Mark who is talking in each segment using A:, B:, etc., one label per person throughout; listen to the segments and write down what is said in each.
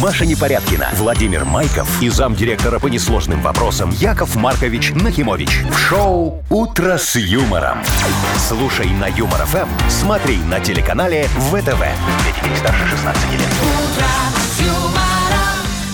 A: Маша Непорядкина, Владимир Майков и замдиректора по несложным вопросам Яков Маркович Нахимович. В шоу «Утро с юмором». Слушай на Юмор ФМ, смотри на телеканале ВТВ. Для детей старше 16 лет.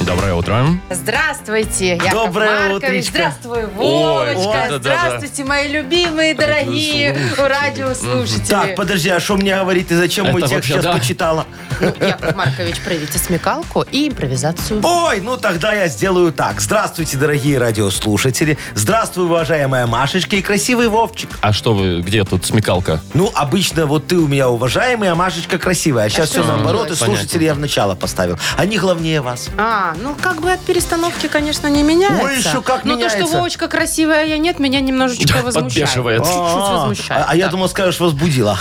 B: Доброе утро.
C: Здравствуйте, Яков
D: Доброе
C: Маркович.
D: утречко.
C: Здравствуй,
B: Ой,
C: Вовочка.
B: да, да, да.
C: Здравствуйте, мои любимые, дорогие радиослушатели.
D: Так, подожди, а что мне говорит, и зачем
B: Это
D: мой текст
B: вообще
D: сейчас
B: да.
D: почитала?
C: Ну, Яков Маркович, проявите смекалку и импровизацию.
D: Ой, ну тогда я сделаю так. Здравствуйте, дорогие радиослушатели. Здравствуй, уважаемая Машечка и красивый Вовчик.
B: А что вы, где тут смекалка?
D: Ну, обычно вот ты у меня уважаемый, а Машечка красивая. А сейчас
C: что
D: все наоборот, и
B: делать? Понятно.
D: слушателей я в начало поставил. Они главнее вас.
C: А, ну как бы от перестановки, конечно, не меняется.
D: Ой, еще как
C: Но то,
D: меняется.
C: что Вовочка красивая, а я нет, меня немножечко возмущает.
B: подбешивает.
C: Чуть-чуть возмущает.
D: А а я
C: да.
D: думал, скажешь, возбудила.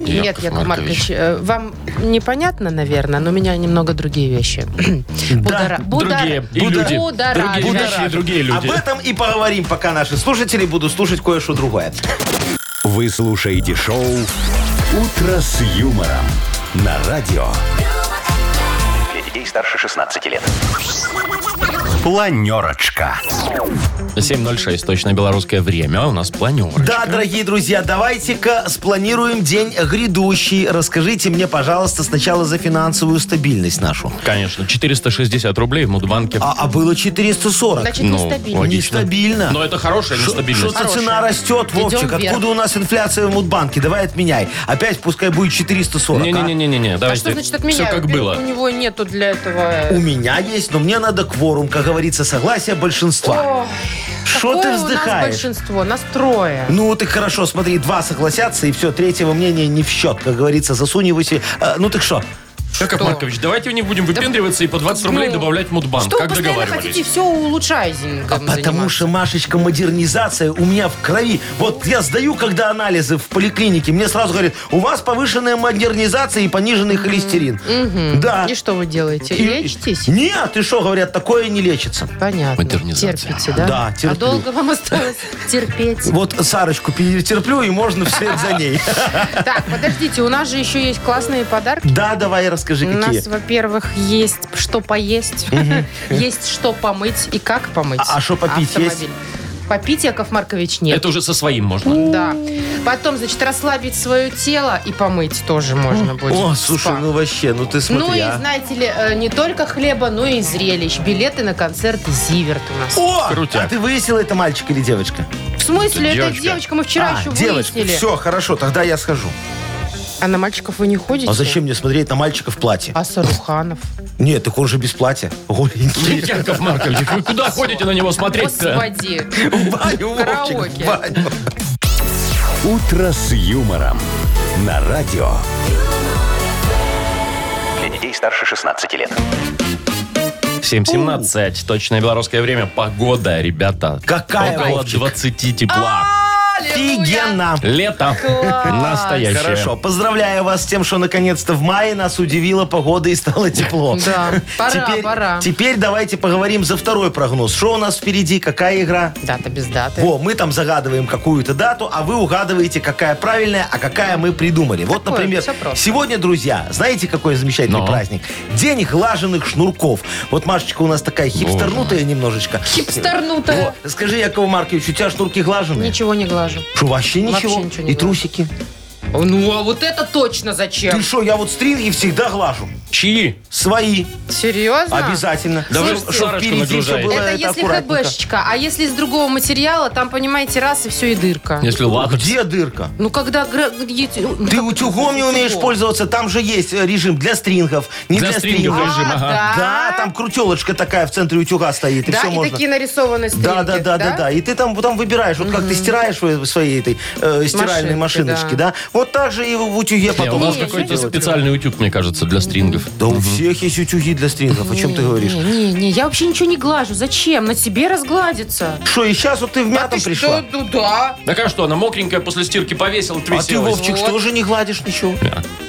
C: Нет, Яков Маркович, э, вам непонятно, наверное, но меня немного другие вещи. Будора- будора-
B: Другие и
C: будора-
B: люди.
C: будоражат.
B: Другие вещи и другие
D: Об
B: люди.
D: этом и поговорим, пока наши слушатели будут слушать кое-что другое.
A: Вы слушаете шоу «Утро с юмором» на радио. Для детей старше 16 лет. Планерочка.
B: 7.06, точно белорусское время. а У нас планеры.
D: Да, дорогие друзья, давайте-ка спланируем день грядущий. Расскажите мне, пожалуйста, сначала за финансовую стабильность нашу.
B: Конечно, 460 рублей в Мудбанке.
D: А, а было 440.
C: Значит,
B: Ну,
C: нестабильно.
B: логично.
D: Нестабильно.
B: Но это хорошая
D: Шо-
B: нестабильность.
D: Что-то цена растет,
C: Идем
D: Вовчик.
C: вверх.
D: Откуда у нас инфляция в Мудбанке? Давай отменяй. Опять пускай будет 440. а?
B: Не-не-не-не,
C: А
B: давайте.
C: что значит от меня?
B: Все как
C: Ведь
B: было.
C: У него нету для
D: У
C: этого...
D: меня есть, но мне надо кворум, как говорится, согласие большинства.
C: Ой,
D: Что
C: какое
D: ты
C: у нас
D: вздыхаешь?
C: большинство? Настрое.
D: Ну, ты хорошо, смотри, два согласятся, и все, третьего мнения не в счет, как говорится, засунь его себе. Э, ну, так что?
B: Яков
C: Что?
B: Маркович, давайте не будем выпендриваться и по 20 рублей
C: Ну,
B: добавлять в Мудбанк,
C: Что вы
B: как
C: постоянно хотите
B: договаривались.
C: все улучшайзингом
D: А Потому что, Машечка, модернизация у меня в крови. Вот я сдаю, когда анализы в поликлинике, мне сразу говорят, у вас повышенная модернизация и пониженный холестерин. Да.
C: И что вы делаете?
D: И-
C: Лечитесь?
D: Нет, ты что, говорят, такое не лечится.
C: Понятно.
B: Модернизация.
C: Терпите, да?
D: Да,
C: А
D: терплю.
C: долго вам осталось терпеть?
D: Вот Сарочку перетерплю, и можно вслед за ней.
C: Так, подождите, у нас же еще есть классные подарки.
D: Да, давай, расскажи,
C: У нас,
D: какие.
C: во-первых, есть что поесть, есть что помыть и как помыть.
D: А- а что попить
C: автомобиль.
D: есть?
C: Попить, Яков Маркович, нет.
B: Это уже со своим можно.
C: Да. Потом, значит, расслабить свое тело и помыть тоже можно будет.
D: О,
C: в
D: слушай,
C: спа.
D: ну вообще, ну ты
C: Ну
D: смотри,
C: и,
D: а.
C: знаете ли, э, не только хлеба, но и зрелищ. Билеты на концерт «Зиверт» у нас.
D: О,
B: Крутяк.
D: а ты выяснила, это мальчик или девочка?
C: В смысле?
B: это
C: Это
B: девочка.
C: девочка. Мы вчера
D: а,
C: еще
D: девочка.
C: выяснили.
D: Все, хорошо, тогда я схожу.
C: А на мальчиков вы не ходите?
D: А зачем мне смотреть на мальчика в платье?
C: А Саруханов?
D: Нет, так он же без платья. Голенький.
B: Яков Маркович, вы куда ходите на него смотреть-то?
C: Господи.
D: В баню,
C: Караоке.
D: Вовчик, в баню.
A: «Утро с юмором» на радио.
E: Для детей старше 16 лет.
B: 7.17, точное белорусское время. Погода, ребята.
D: Какая,
B: Около
D: Вовчик?
B: 20 тепла.
D: Офигенно.
B: Лето настоящее.
D: Хорошо, поздравляю вас с тем, что наконец-то в мае нас удивила погода и стало тепло.
C: Да, пора,
D: теперь,
C: пора.
D: Теперь давайте поговорим за второй прогноз. Что у нас впереди, какая игра?
C: Дата без даты.
D: Во, мы там загадываем какую-то дату, а вы угадываете, какая правильная, а какая мы придумали. Вот,
C: Такое,
D: например,
C: всё просто.
D: сегодня, друзья, знаете, какой замечательный
B: Но.
D: праздник? День глаженных шнурков. Вот Машечка у нас такая хипстернутая немножечко.
C: Хипстернутая.
D: Во, скажи, Якову Маркович, у тебя шнурки глаженые?
C: Ничего не глажу.
D: Что, вообще
C: Вообще
D: ничего?
C: ничего не
D: И
C: глажу.
D: трусики?
C: Ну, а вот это точно
D: Ты
C: зачем?
D: что, я вот стринги всегда глажу.
B: Чьи?
D: Свои.
C: Серьезно?
D: Обязательно.
B: Да вы
D: Чтоб- чтоб
B: Сарочку
D: впереди всё
B: нагружаете.
D: было
C: Это если
D: аккуратненько.
C: хэбэшечка, а если из другого материала, там, понимаете, раз и все, и дырка.
B: Если латекс.
D: Где дырка?
C: Ну, когда... гра- есть- ну,
D: Ты
C: как-
D: утюгом не умеешь
C: утюгом.
D: пользоваться, там же есть э, режим для стрингов, не
B: Для
D: для,
B: стрингов
D: стрингов.
B: режим,
C: А,
B: ага.
C: да?
D: Да, там крутелочка такая в центре утюга стоит, и
C: Да,
D: все
C: и
D: можно.
C: такие нарисованы стрелки,
D: да, да, да, да, да. И ты там, там выбираешь, вот как ты стираешь в своей этой э, стиральной
C: Машинке,
D: машиночке,
C: да.
D: да. Вот так же и в утюге
B: Не, у
D: потом.
B: вас
C: Не,
B: какой-то
C: я не люблю.
B: специальный утюг, мне кажется, для стрингов.
D: Да у всех есть утюги для стрингов, о чем ты говоришь?
C: Не, не, не, я вообще ничего не глажу. Зачем? На тебе разгладится.
D: Что, и сейчас вот ты
C: А
D: в мятом пришла?
C: Ну да.
B: Так а что, она мокренькая после стирки повесила,
D: А ты,
B: отвесилась.
D: Вовчик,
C: Вот.
D: что же не гладишь ничего?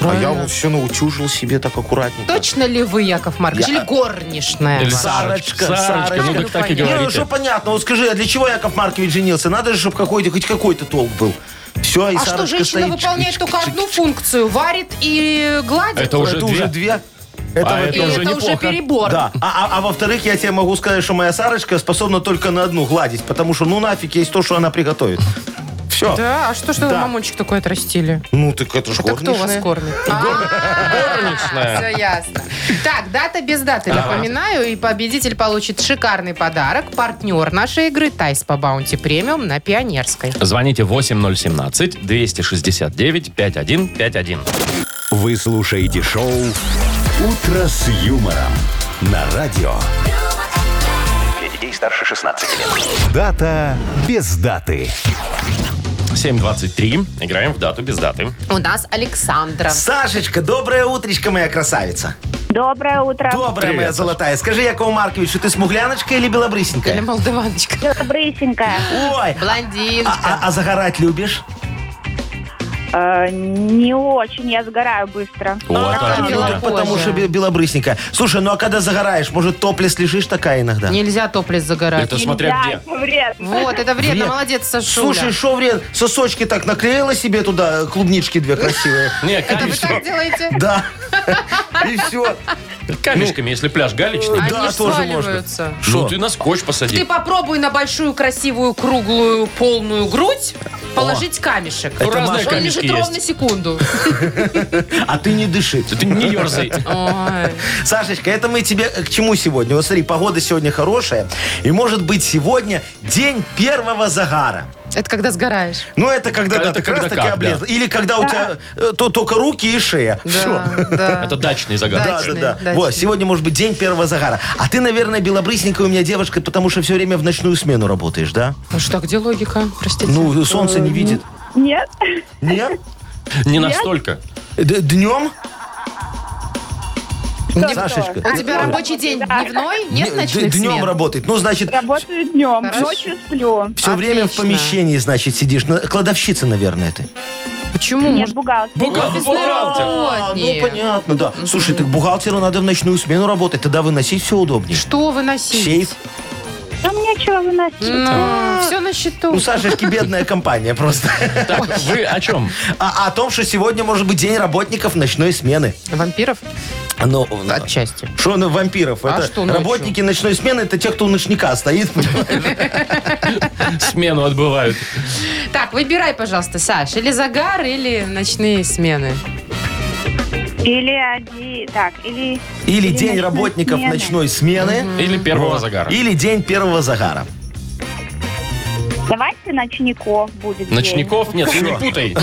D: А я вот все наутюжил себе так аккуратненько.
C: Точно ли вы, Яков Маркович, или горничная?
B: Или
C: ваша?
B: Сарочка,
D: Сарочка,
B: Сарочка, ну
D: Сарочка.
B: так так и
C: Ну,
D: Не, ну
B: говорите.
D: что понятно, вот скажи, а для чего Яков Маркович женился? Надо же, чтобы какой-то, хоть какой-то толк был. Все, и
C: А что,
D: Сарочка
C: женщина
D: стоит.
C: выполняет только одну функцию? Варит и гладит?
B: Это уже
D: Это
B: две.
D: уже две. Это
B: А
C: И
B: это
D: во-первых.
B: уже
C: это уже
B: неплохо.
C: перебор.
D: Да. А, а- а во-вторых, я тебе могу сказать, что моя Сарочка способна только на одну гладить, потому что ну нафиг есть то, что она приготовит. Все.
C: Да, а что, что вы
D: Да.
C: мамончик такой отрастили?
D: Ну так это ж
C: Это А кто вас
D: горничная.
C: кормит?
B: Горничная.
C: Все ясно. Так, дата без даты, напоминаю. И победитель получит шикарный подарок. Партнер нашей игры Тайс по Баунти Премиум на Пионерской.
B: Звоните 8017-269-5151.
A: Вы слушаете шоу «Утро с юмором» на радио.
E: Для детей старше 16 лет.
A: Дата без даты.
B: 7.23. Играем в дату без даты.
C: У нас Александра.
D: Сашечка, доброе утречко, моя красавица.
F: Доброе утро.
D: Доброе, моя золотая. Скажи, Якову Марковичу, ты смугляночка или
C: Или
D: белобрысенькая?
C: Молдаваночка.
F: Добрысенькая.
D: Ой, а,
C: Блондиночка.
D: а- а загорать любишь?
F: Э, не очень, я сгораю быстро.
B: Вот
D: А, ну,
B: отлично.
C: белокожая.
D: так потому что бе- белобрысенькая. Слушай, ну а когда загораешь, может, топлес лежишь такая иногда?
C: Нельзя топлес загорать.
B: Это смотря
F: Да,
B: где.
F: это вред.
C: Вот, это вредно.
D: Вред.
C: Молодец, Сашуля.
D: Слушай, шо вред? Сосочки так наклеила себе туда, э, клубнички две красивые.
B: Не,
C: это вы так
B: галечками.
C: делаете?
D: Да. И все.
B: Камешками, если пляж галечный.
D: Да,
C: Они ж
D: тоже можно.
C: сваливаются.
B: Ну, ты на скотч
C: Ты
B: посади.
C: попробуй на большую, красивую, круглую, полную грудь положить камешек.
B: Ну, разные
C: Он
B: камешки
C: лежит
B: есть.
C: ровно секунду.
D: А ты не дыши.
B: Ты не ерзай.
C: Ой.
D: Сашечка, это мы тебе к чему сегодня? Вот смотри, погода сегодня хорошая. И может быть сегодня день первого загара.
C: Это когда сгораешь.
D: Ну, это когда,
B: Это
D: да, ты как
B: когда
D: раз таки
B: как, да.
D: облезла. Или когда у тебя э, то, только руки и шея. Все.
C: Да, да.
B: Это дачный загадок.
D: Да, да,
C: Дачный,
D: да.
C: дачный.
D: Вот, сегодня может быть день первого загара. А ты, наверное, белобрысненькая у меня девушка, потому что все время в ночную смену работаешь, да?
C: Ну что, где логика? Простите.
D: Ну, солнце не видит.
F: Нет,
D: Нет?
B: Не настолько.
D: Днем?
F: Что,
D: Сашечка.
F: что?
C: У тебя рабочий день дневной? Нет ночных
D: Днем
C: смен?
D: работать. Ну, значит,
F: работаю днем,
C: Хорошо.
F: ночью сплю.
D: все время в
C: Отлично.
D: помещении, значит, сидишь. На- Кладовщица, наверное, ты.
C: Почему?
F: Нет,
C: Может,
F: бухгалтер.
B: Бухгалтер.
D: А, ну,
C: работник.
D: понятно, да. Слушай, так бухгалтеру надо в ночную смену работать, тогда выносить все удобнее.
C: Что выносить?
D: Сейф.
F: Да мне чего выносить?
C: Ну, все на счету.
D: У Сашечки бедная компания просто.
B: Так, вы о чем?
D: А о том, что сегодня может быть день работников ночной смены.
C: Вампиров?
D: Ну,
C: Отчасти.
D: Что ну, вампиров?
C: А
D: это
C: что ночью?
D: работники ночной смены, это те, кто у ночника стоит. понимаешь?
B: Смену отбывают.
C: Так, выбирай, пожалуйста, Саш, или загар, или ночные смены.
F: Или один, так, или...
D: Или
F: Или
D: день
F: ночной
D: работников
F: смены.
D: ночной смены.
B: Или первого
D: Вот.
B: загара.
D: Или день первого загара.
F: Давайте ночников будет день.
B: Ночников нет, ты не путай.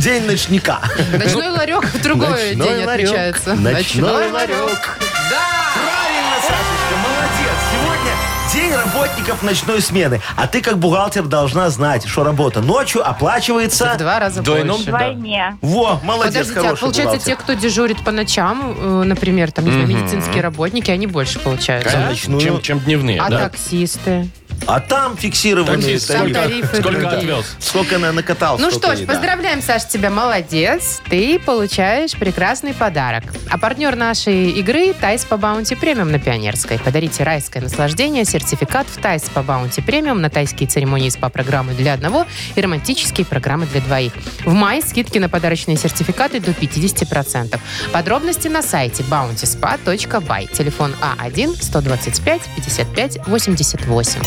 D: День ночника.
C: Ночной ларек в другой
D: Ночной
C: день
D: ларек.
C: отличается.
D: Ночной
C: Ночной
D: ларек.
C: Да!
D: Правильно, Сашечка, молодец. Сегодня день работников ночной смены. А ты, как бухгалтер, должна знать, что работа ночью
C: В
D: оплачивается...
C: два раза
B: Двойном
C: больше.
F: Вдвойне.
D: Во, ну, молодец,
C: Подождите, а
D: хороший
C: получается, те,
D: бухгалтер.
C: кто дежурит по ночам, э, например, там, не знаю, медицинские работники, они больше получают, да?
D: Конечно.
B: Чем, чем дневные,
C: А
B: да?
C: таксисты?
D: А там фиксированные
B: Таксист,
C: Там
D: тарифы.
C: тарифы
B: Сколько
C: другие.
B: отвез?
D: Сколько она накатал,
C: Ну
D: столько
C: что
D: и
C: ж,
D: да.
C: поздравляем, Саш, тебя молодец. Ты получаешь прекрасный подарок. А партнер нашей игры – Тайс по Баунти Премиум на Пионерской. Подарите райское наслаждение, сертификат в Тайс по Баунти Премиум на тайские церемонии и СПА-программы для одного и романтические программы для двоих. В мае скидки на подарочные сертификаты до 50%. Подробности на сайте bountyspa.by. Телефон А А1-125-55-88.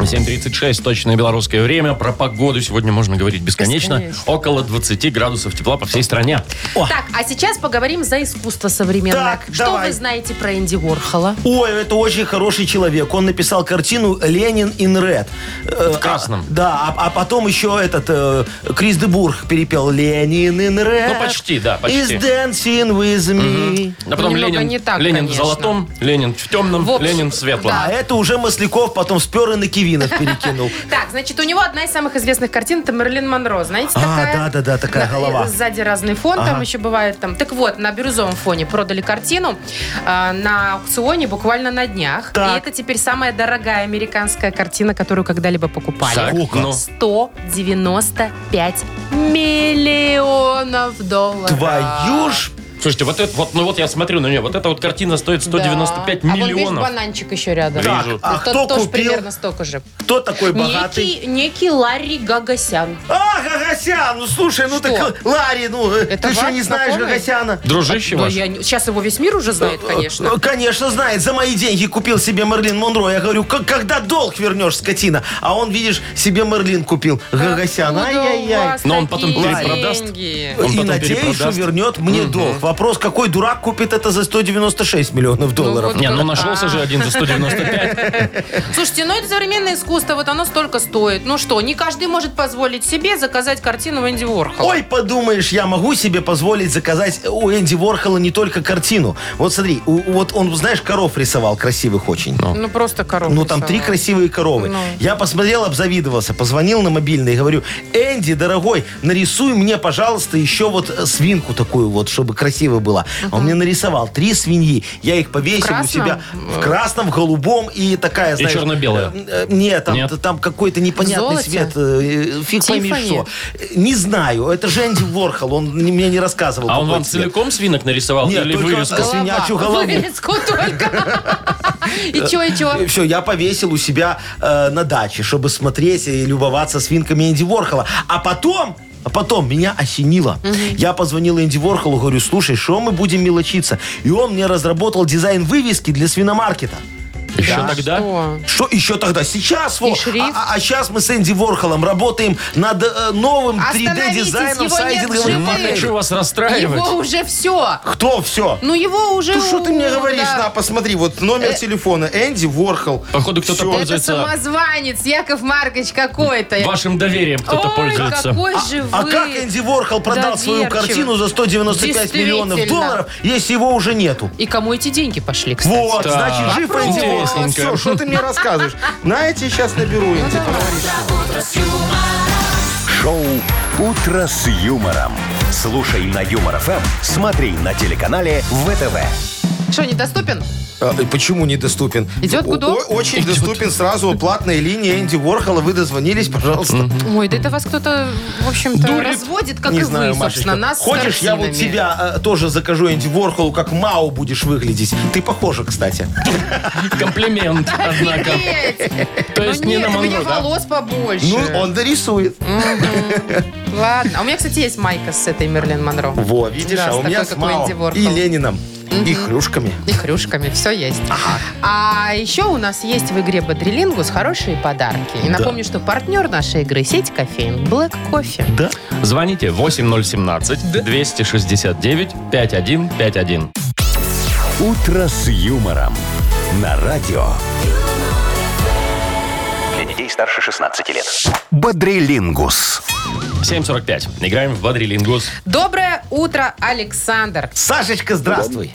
B: 7.36, точное белорусское время. Про погоду сегодня можно говорить бесконечно.
C: Бесконечно.
B: Около 20 градусов тепла по всей стране.
C: Так, а сейчас поговорим за искусство современное.
D: Так,
C: Что
D: давай.
C: вы знаете про Энди Уорхола?
D: Ой, это очень хороший человек. Он написал картину «Ленин in Red». В
B: красном.
D: да, а, а потом еще этот э, Крис Дебург перепел «Ленин in Red».
B: Ну, почти, да, почти.
D: Is dancing with me.
B: А потом
C: Немного
B: Ленин,
C: не так,
B: Ленин в
C: конечно.
B: золотом, Ленин в темном,
C: В общем,
B: Ленин в светлом.
D: А это уже Масляков потом спер и на Кивинов перекинул.
C: Так, значит, у него одна из самых известных картин это Мерлин Монро, знаете,
D: А,
C: такая.
D: да-да-да, такая
C: На-
D: голова.
C: и Сзади разный фон, там
D: Ага.
C: еще бывает там. Так вот, на бирюзовом фоне продали картину э, на аукционе буквально на днях. И
D: Так.
C: это теперь самая дорогая американская картина, которую когда-либо покупали.
B: Так,
D: Сколько?
B: ну,
C: 195 миллионов долларов.
D: Твою ж
B: Слушайте, вот это вот, ну вот я смотрю на нее, вот эта вот картина стоит 195
C: Да. А вон весь
B: миллионов.
C: бананчик еще рядом.
B: Так, Вижу.
C: И
D: а
C: тот
D: кто
C: тоже
D: купил?
C: примерно столько же.
D: Кто такой богатый?
C: Некий, некий Ларри Гагасян.
D: А, Гагасян! Ну слушай, ну
C: Что?
D: так Ларри, ну э,
C: Это
D: ты что
C: ваш
D: не знаешь
C: знакомый?
D: Гагасяна?
B: Дружище
G: Да
B: ваш.
G: я не- Сейчас его весь мир уже знает, конечно.
D: Э, Конечно, знает. За мои деньги купил себе Мерлин Монро. Я говорю, «К- когда долг вернешь, скотина? А он, видишь, себе Мерлин купил. Гагасян.
C: Откуда Ну у
D: Ай-яй-яй.
C: вас
B: Но он потом
C: такие
B: перепродаст.
C: деньги?
B: Он
D: И
B: потом
D: надеюсь, что
B: перепродаст.
D: вернет мне долг. Вопрос, какой дурак купит это за 196 миллионов долларов?
C: вот
B: Не, ну нашелся же один за
C: А.
B: 195.
G: Слушайте, ну это современное искусство, вот оно столько стоит. Ну что, не каждый может позволить себе заказать картину Энди Уорхола.
D: Ой, подумаешь, я могу себе позволить заказать у Энди Ворхола не только картину. Вот смотри, у- вот он, знаешь, коров рисовал красивых очень.
G: Ну просто коробка.
D: Ну, там три красивые коровы.
G: Ну.
D: Я посмотрел, обзавидовался, позвонил на мобильный и говорю, Энди, дорогой, нарисуй мне, пожалуйста, еще вот э, свинку такую вот, чтобы красиво была. Он мне нарисовал три свиньи. Я их
C: В
D: повесил у
C: красном?
D: себя в красном, в голубом и такая, знаешь...
B: черно-белая.
D: э, э, Нет, там,
B: Нет?
D: там какой-то непонятный
C: Золоте?
D: цвет. э, э, Фиг пойми
C: Тиффани?
D: что. Э, Не знаю, это же Энди Ворхол, он не- мне не рассказывал.
B: А он
D: какой
B: вам
D: цвет.
B: целиком свинок нарисовал
D: Нет,
B: или
D: только
B: вырезку?
D: это- свинячью голову.
C: Вывеску только. И чё, и чё?
D: Все, я повесил у себя э, на даче, чтобы смотреть и любоваться свинками Энди Ворхола. А потом... А потом меня осенило. Я позвонил Энди Ворхолу, говорю, слушай, что мы будем мелочиться? И он мне разработал дизайн вывески для свиномаркета.
B: Еще тогда?
C: О,
D: Что еще тогда? Сейчас вот.
C: А. шрифт.
D: А, сейчас мы с Энди Ворхолом работаем над э, новым
C: Остановитесь, его
D: 3D-дизайном
C: нет в
D: сайдинговых
C: живых.
B: Не
D: моделей.
B: хочу вас
C: Ну, Его
B: расстраивать.
C: уже все.
D: Кто все?
C: Ну его уже...
D: Ну что ты мне
C: ну,
D: говоришь?
C: да. Э,
D: На, посмотри, вот номер телефона. Энди Ворхол.
B: Походу, кто-то
D: Всё.
C: Это
B: пользуется
C: самозванец, Яков Маркович какой-то.
B: вашим доверием, кто-то
C: Ой,
B: пользуется.
C: какой же
D: А
C: вы
D: как Энди Ворхол продал свою
C: доверчивы.
D: картину за 195 миллионов
C: Действительно.
D: долларов, если его уже нету?
C: И кому эти деньги пошли, кстати?
D: Вот,
B: Так.
D: значит, жив
B: Вопрос.
D: Энди Ворхол.
B: Интересненько.
D: Все, что ты мне рассказываешь? Знаете, сейчас наберу Энди.
A: Шоу «Утро с юмором». Слушай на Юмор ФМ, смотри на телеканале ВТВ.
C: Что, недоступен?
D: А, и Почему недоступен?
C: Идет гудок?
D: О- Очень доступен сразу платная линия Энди Ворхола. Вы дозвонились, пожалуйста.
C: Ой, да это вас кто-то, в общем-то,
B: Дурит.
C: разводит, как
D: Не
C: и
D: знаю,
C: вы, собственно,
D: Машечка.
C: нас с
D: Хочешь, я вот
C: картинами.
D: тебя э, тоже закажу Энди Ворхолу, как Мау будешь выглядеть. Ты похожа, кстати.
B: Комплимент, однако.
C: Офигеть!
B: То есть
C: ну
B: не
C: нет,
B: на
C: у меня
B: Монро, да?
C: волос побольше.
D: Ну, он дорисует.
C: Ладно. А у меня, кстати, есть майка с этой Мерлин Монро.
D: Во, видишь,
C: Да,
D: а
C: с
D: у меня
C: такой,
D: с
C: как у
D: Мао
C: Энди Ворхола.
D: и Лениным, и хрюшками.
C: И хрюшками, все есть. А еще у нас есть в игре Бодрилингус хорошие подарки. И напомню, что партнер нашей игры сеть кофеин Black Coffee.
B: Звоните 8017-269-5151.
A: «Утро с юмором» на радио
E: Для детей старше 16 лет.
A: «Бодрилингус».
B: 7.45. Играем в Бодрилингус.
C: Доброе утро, Александр.
D: Сашечка, здравствуй.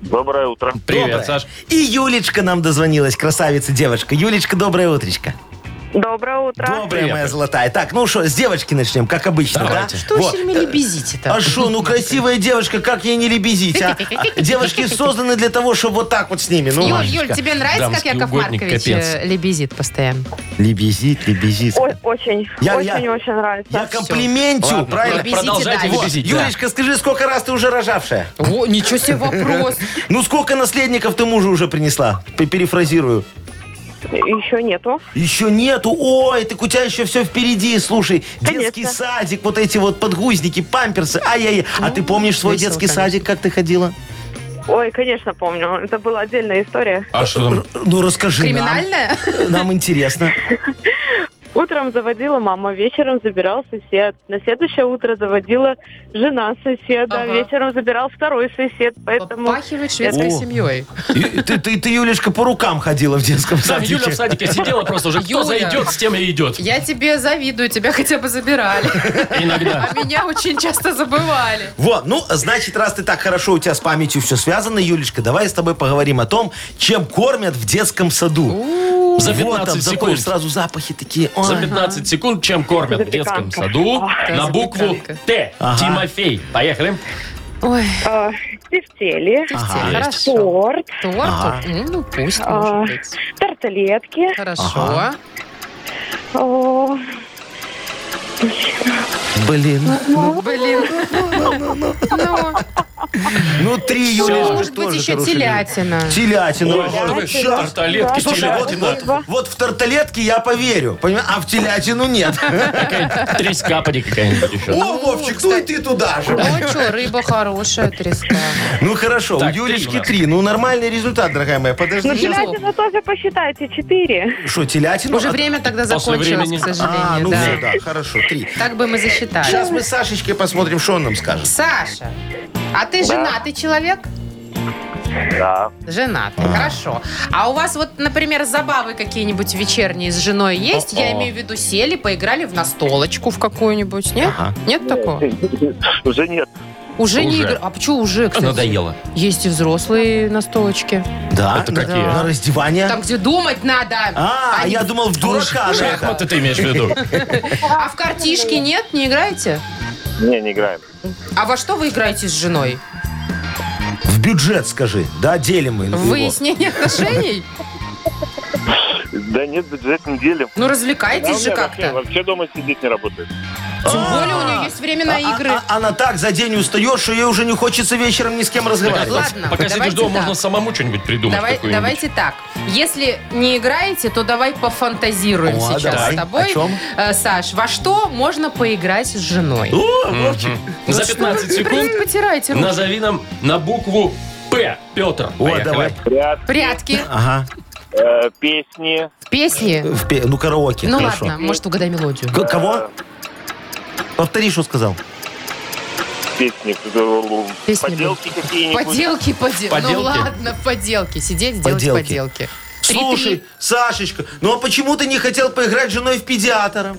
H: Доброе утро.
B: Привет,
D: Доброе.
B: Саш.
D: И Юлечка нам дозвонилась, красавица девочка. Юлечка, доброе утречко.
F: Доброе утро.
D: Доброе,
B: Привет.
D: моя золотая. Так, ну что, с девочки начнем, как обычно,
B: Давайте.
D: да?
C: Что
D: Вот.
C: вы сильно лебезите-то?
D: А что, ну красивая девочка, как ей не лебезить, а? А Девочки созданы для того, чтобы вот так вот с ними, ну,
C: Юль,
D: Машечка.
C: Юль, тебе нравится, как
B: дамский
C: Яков
B: угодник,
C: Маркович
B: капец.
C: э, лебезит постоянно?
D: Лебезит, лебезит.
H: О- очень,
D: Я- я-
H: очень, очень нравится.
D: Я комплиментю,
B: Ладно,
D: правильно?
C: Лебезите
B: Продолжайте
C: дальше.
D: Вот,
B: лебезить. да.
D: Юлечка, скажи, сколько раз ты уже рожавшая?
C: О, ничего себе вопрос.
D: Ну, сколько наследников ты мужу уже принесла? Пе- Перефразирую.
H: Еще нету.
D: Еще нету. Ой, так у тебя еще все впереди. Слушай, детский
H: Конечно.
D: садик, вот эти вот подгузники, памперсы. Ай-яй-яй. А ты помнишь свой
C: Ну, весело,
D: детский
C: конечно.
D: садик, как ты ходила?
H: Ой, конечно, помню. Это была отдельная история.
B: А что там?
D: Ну, расскажи нам.
C: Криминальная?
D: Нам интересно.
H: Утром заводила мама, вечером забирал сосед. На следующее утро заводила жена соседа,
C: Ага.
H: вечером забирал второй сосед. Поэтому
C: Попахивает шведской
D: О.
C: семьей.
D: И- и Ты, ты- ты, Юлечка, по рукам ходила в детском
B: Там Юля в
D: садике.
B: садике сидела просто уже. Кто
C: Юля.
B: зайдет, с тем и идет.
C: Я тебе завидую, тебя хотя бы забирали.
B: Иногда.
C: А меня очень часто забывали.
D: Вот, ну, значит, раз ты так хорошо, у тебя с памятью все связано, Юлечка, давай с тобой поговорим о том, чем кормят в детском саду.
B: За
D: вот
B: 15
D: там заходишь,
B: секунд.
D: сразу запахи такие.
B: За
D: Ой.
B: 15 секунд чем кормят в детском саду? На букву
C: запеканка.
B: Т.
D: Ага.
B: Тимофей. Поехали.
C: Ой,
H: э, тефтели,
C: Тефтель,
B: Есть.
C: хорошо.
H: торт,
C: Торт?
D: Ага.
C: М, Ну, пусть,
H: А.
C: может быть.
H: тарталетки.
C: Хорошо.
H: О,
D: Блин.
C: Блин. Ну,
D: Ну, три,
B: Всё.
D: Юлечка,
C: Может быть,
D: тоже
C: еще
D: хороший
C: телятина.
D: вариант. Телятина.
B: Ой, что вы,
D: Вот щас.
B: тарталетки,
D: Слушай, вот,
B: телятина.
D: вот- вот в тарталетки я поверю, понимаешь? а в телятину нет.
B: Какая-нибудь Треска поди какая-нибудь еще.
D: О, Вовчик, ну и ты туда же.
C: Ну что, рыба хорошая, треска.
D: Ну хорошо,
B: Так,
D: у
B: три у
D: Юлечки
B: нас.
D: три. Ну нормальный результат, дорогая моя.
H: Ну,
D: Подожди. сейчас.
H: телятину тоже посчитайте. Четыре.
D: Что, телятину?
C: Уже
D: А,
C: время тогда
B: После
C: закончилось,
B: времени.
C: к
D: А,
C: сожалению.
D: ну все,
C: да. А,
D: да, хорошо, три.
C: Так бы мы засчитали.
D: Сейчас мы с Сашечкой посмотрим, что он нам скажет.
C: Саша, а ты женатый человек?
E: Да.
C: Женатый, хорошо. А у вас вот, например, забавы какие-нибудь вечерние с женой есть? Я
B: О-о.
C: имею в виду, сели, поиграли в настолочку в какую-нибудь, нет? Нет такого?
E: Уже нет.
C: Уже, не
B: Уже.
C: игра... А почему уже, кстати?
B: Ну, Надоело.
C: Есть и взрослые настолочки.
D: Да?
B: Это
D: на-
B: какие?
D: На раздевание.
C: Там, где думать надо.
D: А,
C: не-
D: я думал, в дурака. Жека.
B: Шахматы ты имеешь в виду?
C: а в картишки нет? Не играете?
E: Не, не играем.
C: А во что вы играете с женой?
D: В бюджет, скажи. Да, делим мы
C: В
D: его.
C: выяснение отношений?
E: Да нет, бюджет не делим.
C: Ну,
E: Да, у
C: развлекайтесь же
E: меня вообще,
C: как-то.
E: вообще дома сидеть не работает.
C: Тем более у нее есть время на
D: А-
C: игры.
D: а- она так за день устает, что ей уже не хочется вечером ни с кем разговаривать.
C: Ладно,
B: Пока сидишь
C: давайте
B: дома,
C: так.
B: можно самому что-нибудь придумать.
C: Давай-
B: какое-нибудь.
C: давайте так. Если не играете, то давай пофантазируем
D: О,
C: сейчас
D: давай.
C: с тобой.
D: О чем?
C: Э, Саш, во что можно поиграть с женой?
D: О, Вовчик.
B: Ну,
C: Ну,
B: За 15 секунд
C: Блин, Потирайте руки.
B: назови нам на букву П. Петр.
D: О, давай.
E: Прят,
C: Прятки,
D: Ага.
E: э, песни,
C: песни.
D: В пе- Ну, караоке,
C: Ну
D: хорошо.
C: ладно, может, угадай мелодию.
D: К- Кого? Повтори, что сказал.
E: песни, э,
C: Песни
E: поделки какие-нибудь.
C: Поделки, поделки. Ну
B: Поделки?
C: ладно, поделки. Сидеть, делать
D: Поделки.
C: поделки. Три-три.
D: Слушай, Сашечка, ну а почему ты не хотел поиграть с женой в педиатра?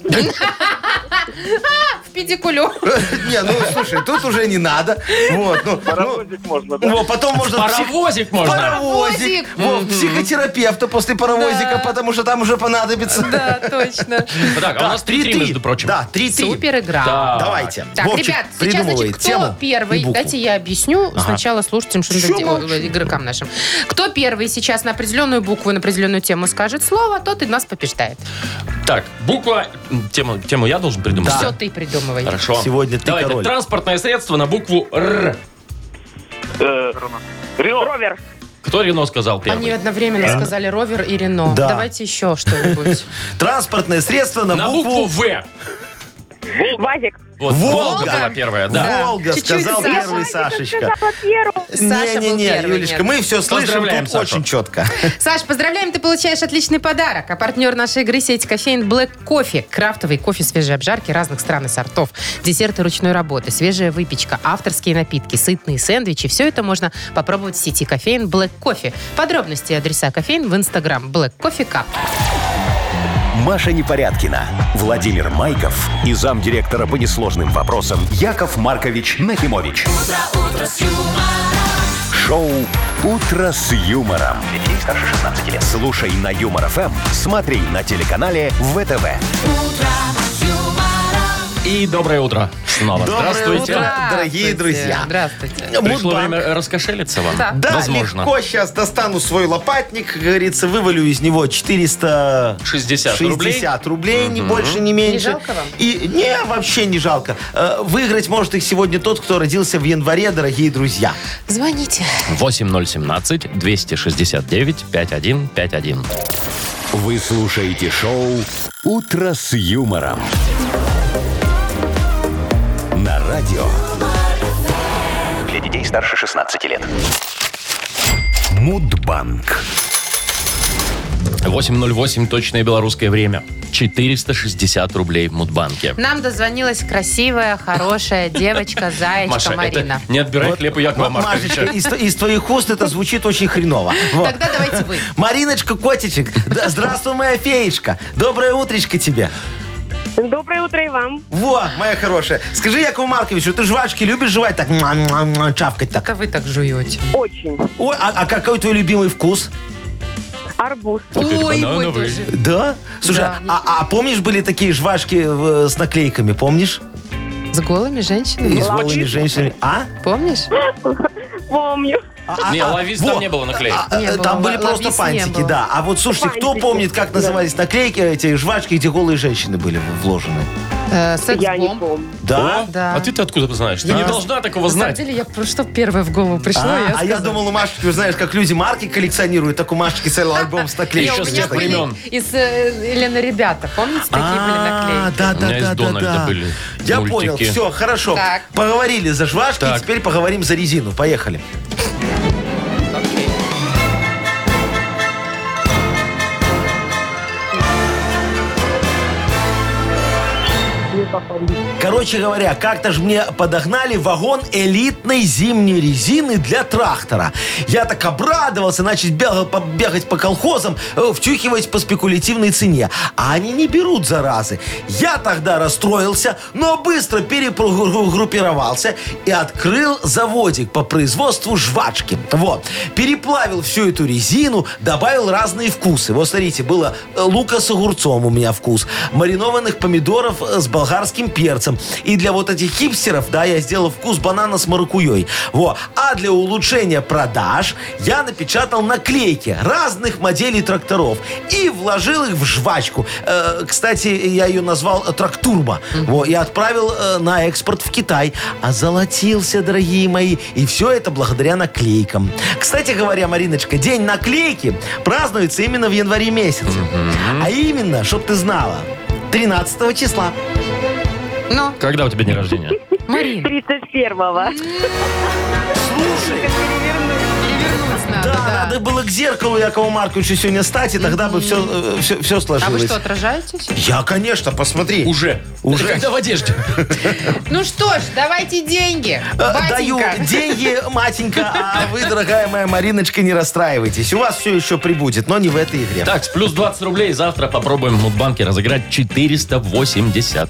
C: В педикулю.
D: Не, ну слушай, тут уже не надо. Вот, ну, ну,
E: Паровозик можно, да?
D: вот, потом можно... псих-
B: Паровозик можно.
D: Паровозик.
C: Паровозик.
D: Вот, психотерапевта после паровозика, потому что там уже понадобится.
C: Да, точно.
B: Так, а у нас 3-3, между прочим.
D: Да, 3-3.
C: Супер игра.
B: Да.
D: Давайте.
C: Так,
D: Вовчик,
C: ребят, сейчас,
D: придумывай
C: значит, кто
D: тему и
C: первый?
D: букву.
C: Дайте я объясню сначала слушателям, что
D: Чё
C: надо делать, э, игрокам нашим. Кто первый сейчас на определенную букву, и на определенную тему скажет слово, тот и нас побеждает.
B: Так, буква... м, Тему, тему я должен придумать?
C: Все ты придумывай.
B: Хорошо.
D: Сегодня ты
B: Давай,
D: король.
B: транспортное средство на букву Р.
E: Э, Рено.
H: Ровер.
B: Кто Рено сказал первый?
C: Они одновременно сказали Ровер и Рено.
D: Да.
C: Давайте еще что-нибудь.
D: Транспортное средство
B: На букву
D: букву...
B: В.
H: Вазик.
B: Вот,
D: Волга.
B: Волга была первая, да.
D: Волга,
C: Чуть-чуть
D: сказал
C: Саша.
D: первый Сашечка.
H: Сказала первым.
C: Саша был
D: Не-не-не,
C: первый,
D: Юлечка,
C: нет.
D: мы все слышим
B: Поздравляем
D: тут
B: Сашу.
D: очень четко.
C: Саш, поздравляем, ты получаешь отличный подарок. А партнер нашей игры сеть кофеин Black Кофе. Крафтовый кофе свежей обжарки разных стран и сортов. Десерты ручной работы, свежая выпечка, авторские напитки, сытные сэндвичи. Все это можно попробовать в сети кофеин Black Кофе. Подробности и адреса кофеин в инстаграм Black Кофе Cup.
A: Маша Непорядкина, Владимир Майков и замдиректора по несложным вопросам Яков Маркович Нахимович. Шоу Утро с юмором. Детей старше 16 лет. Слушай на юмор ФМ, смотри на телеканале ВТВ.
B: И доброе утро снова.
D: Доброе
B: Здравствуйте.
D: утро. дорогие друзья.
C: Здравствуйте.
B: Пришло
D: Мудбанк.
B: время раскошелиться вам.
C: Да.
D: Да,
B: Возможно.
D: легко сейчас достану свой лопатник, как говорится, вывалю из него 400...
B: 60 рублей.
D: 60 рублей, ни больше, ни меньше.
C: Не жалко вам?
D: И, не, вообще не жалко. Э, Выиграть может их сегодня тот, кто родился в январе, дорогие друзья.
C: Звоните.
B: 8017 269 5151.
A: Вы слушаете шоу Утро с юмором. На радио
E: Для детей старше 16 лет.
A: Мудбанк.
B: 8.08 точное белорусское время. 460 рублей в Мудбанке.
C: Нам дозвонилась красивая, хорошая девочка, заячка
B: Маша,
C: Марина.
B: это не отбирай хлеб у Якова
D: Машечка,
B: Марковича.
D: из, т- из твоих уст это звучит очень хреново. Вот.
C: Тогда давайте вы.
D: Мариночка, котичек, да, здравствуй, моя феечка. Доброе утречко тебе.
H: Доброе утро и вам.
D: Во, моя хорошая. Скажи, Якову Марковичу, ты жвачки любишь жевать так, м-м-м, чавкать так?
C: Это вы так жуете.
H: Очень.
D: Ой, а, а какой твой любимый вкус?
H: Арбуз.
B: Теперь
C: Ой, мой
B: банановый.
C: тоже.
D: Да? Слушай,
C: Да.
D: а, а помнишь, были такие жвачки в- с наклейками, помнишь?
C: С голыми женщинами?
D: И с голыми женщинами. А?
C: Помнишь?
H: Помню.
D: А,
B: Не,
D: а,
B: ловись там
D: во.
B: не было наклеек.
D: А,
C: Не
D: э,
C: было,
D: Там были
C: л-
D: просто
C: ловись не
D: фантики,
C: было.
D: да. А вот слушайте, кто
H: Фантики,
D: помнит, как
H: да.
D: назывались наклейки, эти жвачки, где голые женщины были в- вложены?
C: Э,
H: Я не
C: секс-бомб.
H: помню.
D: Да?
B: О,
C: Да.
B: А ты-то откуда знаешь? Ты
C: Я
B: не
C: вас-
B: должна такого
C: На самом
B: знать.
C: деле, я просто первое в голову пришло,
D: а,
C: я
D: а я
C: сказала.
D: думал, у Машечки, вы знаешь, как люди марки коллекционируют, так у Машечки целый альбом с
C: Не,
D: наклеечками.
C: у
B: еще с
C: меня
B: тех
C: были
B: времен.
C: из э, Елена Ребята, помните, такие были
D: А,
C: наклейки?
D: да,
B: У меня
D: да,
B: из
D: да, да,
B: Дональда
D: да.
B: были
D: Я
B: мультики.
D: понял, все, хорошо.
C: Так.
D: Поговорили за жвачки,
B: Так.
D: теперь поговорим за резину. Поехали. Короче говоря, как-то же мне подогнали вагон элитной зимней резины для трактора. Я так обрадовался, значит, бегал по- бегать по колхозам, э, втюхивать по спекулятивной цене. А они не берут заразы. Я тогда расстроился, но быстро перегруппировался и открыл заводик по производству жвачки. Вот. Переплавил всю эту резину, добавил разные вкусы. Вот смотрите, было э, лука с огурцом у меня вкус, маринованных помидоров э, с болгарским перцем. И для вот этих хипстеров, да, я сделал вкус банана с маракуйей. Во. А для улучшения продаж я напечатал наклейки разных моделей тракторов и вложил их в жвачку. Э, кстати, я ее назвал э, трактурма. Во. И отправил э, на экспорт в Китай. Озолотился, дорогие мои. И все это благодаря наклейкам. Кстати говоря, Мариночка, день наклейки празднуется именно в январе месяце. А именно, чтоб ты знала, 13 числа.
C: Ну,
B: Когда у тебя день рождения?
C: Марин,
H: 31-го.
D: Слушай,
C: вернуться надо,
D: да,
C: да.
D: надо было к зеркалу Якова Марковича сегодня стать, и тогда бы все, все,
C: А вы
D: сложилось.
C: что, отражаетесь?
D: Я, конечно, посмотри.
B: Уже.
D: Уже.
B: Это Когда в одежде?
C: Ну что ж, давайте деньги.
D: Э, Даю
C: Батенька.
D: деньги, матенька, а вы, дорогая моя Мариночка, не расстраивайтесь. У вас все еще прибудет, но не в этой игре.
B: Так, с плюс 20 рублей завтра попробуем в Мудбанке разыграть 480.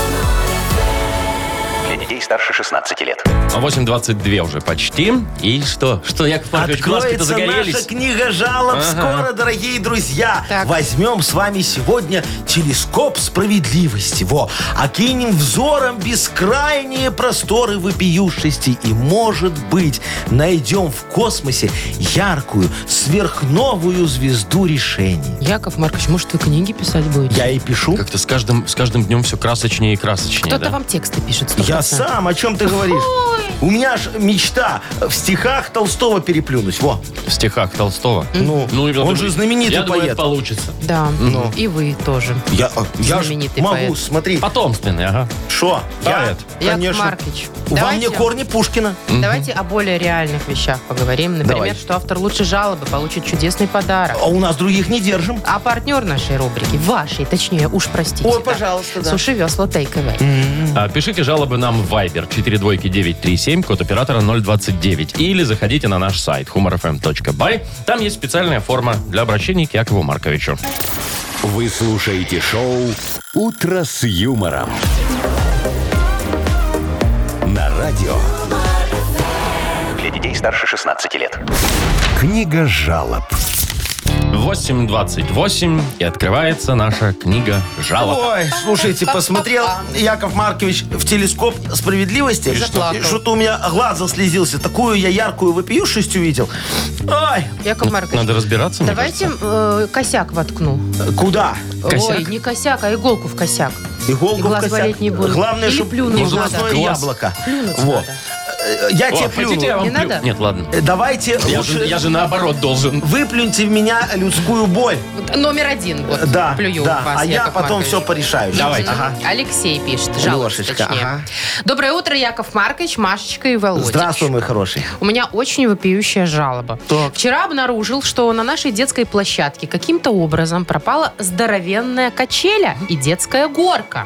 E: Для детей старше 16 лет.
B: А 8.22 уже почти. И что? Что, Яков Маркович, глазки-то
D: Откроется
B: загорелись?
D: наша книга жалоб скоро, дорогие друзья.
C: Так.
D: Возьмем с вами сегодня телескоп справедливости. Во. Окинем взором бескрайние просторы вопиюшести. И, может быть, найдем в космосе яркую, сверхновую звезду решений.
C: Яков Маркович, может, вы книги писать будете?
D: Я и пишу.
B: Как-то с каждым, с каждым днем все красочнее и красочнее.
C: Кто-то
B: да?
C: вам тексты пишет, 100%.
D: Я сам, о чем ты говоришь? У меня ж мечта в стихах Толстого переплюнуть. Во.
B: В стихах Толстого.
D: Ну,
B: и
D: он
B: надо
D: же
B: будет.
D: знаменитый
B: Я думаю,
D: поэт.
B: это получится.
C: Да,
D: Ну.
C: и вы тоже.
D: Я, я ж
C: Знаменитый
D: могу,
C: поэт.
D: смотри.
B: Потомственный, ага.
D: Шо?
B: Поэт.
C: Яков
D: Конечно.
C: Маркович,
D: Во
C: давайте,
D: мне корни Пушкина.
C: давайте о более реальных вещах поговорим. Например,
D: Давай.
C: что автор лучшей жалобы получит чудесный подарок.
D: А у нас других не держим.
C: А партнер нашей рубрики, вашей, точнее, уж простите.
D: Ой,
C: да,
D: пожалуйста, да.
C: Суши весла Take Away.
B: А, Пишите жалобы нам в Viber 42937, код оператора 029. Или заходите на наш сайт humorfm.by. Там есть специальная форма для обращения к Якову Марковичу.
A: Вы слушаете шоу «Утро с юмором» на радио.
E: Для детей старше 16 лет.
A: Книга жалоб.
B: 8.28 и открывается наша книга жалоб.
D: Ой, слушайте, посмотрел Яков Маркович в телескоп справедливости. И
C: что?
D: Что-то у меня глаз заслезился. Такую я яркую вопиюшесть увидел. Ой,
C: Яков Маркович,
B: Надо разбираться, мне
C: давайте э, косяк воткну.
D: куда?
B: Косяк?
C: Ой, не косяк, а иголку в косяк.
D: Иголку
C: И глаз
D: в косяк.
C: болеть не будет.
D: Главное,
C: Или
D: чтобы
C: плюнуть
B: надо.
D: глазное
B: Глаз.
D: яблоко.
C: Плюнуть
D: Вот.
C: надо.
D: Э, Я
B: О,
D: тебе
B: хотите, я
D: плюну.
B: вам
C: Не
B: плю-
C: надо?
B: Нет, ладно.
D: Э, Давайте
B: Я
D: лучше
B: же, я же наоборот должен.
D: выплюньте в меня людскую боль.
C: Вот Номер один вот.
D: Да,
C: Плюю
D: да.
C: в вас,
D: а я
C: Яков
D: потом
C: Маркович.
D: все порешаю.
B: Давайте.
D: Ага.
C: Алексей пишет, жалуется
D: Лешечка,
C: точнее.
D: ага.
C: Доброе утро, Яков Маркович, Машечка и Володя.
D: Здравствуй, мой хороший.
C: У меня очень вопиющая жалоба. Вчера обнаружил, что на нашей детской площадке каким-то образом пропала здоровенная качеля и детская горка.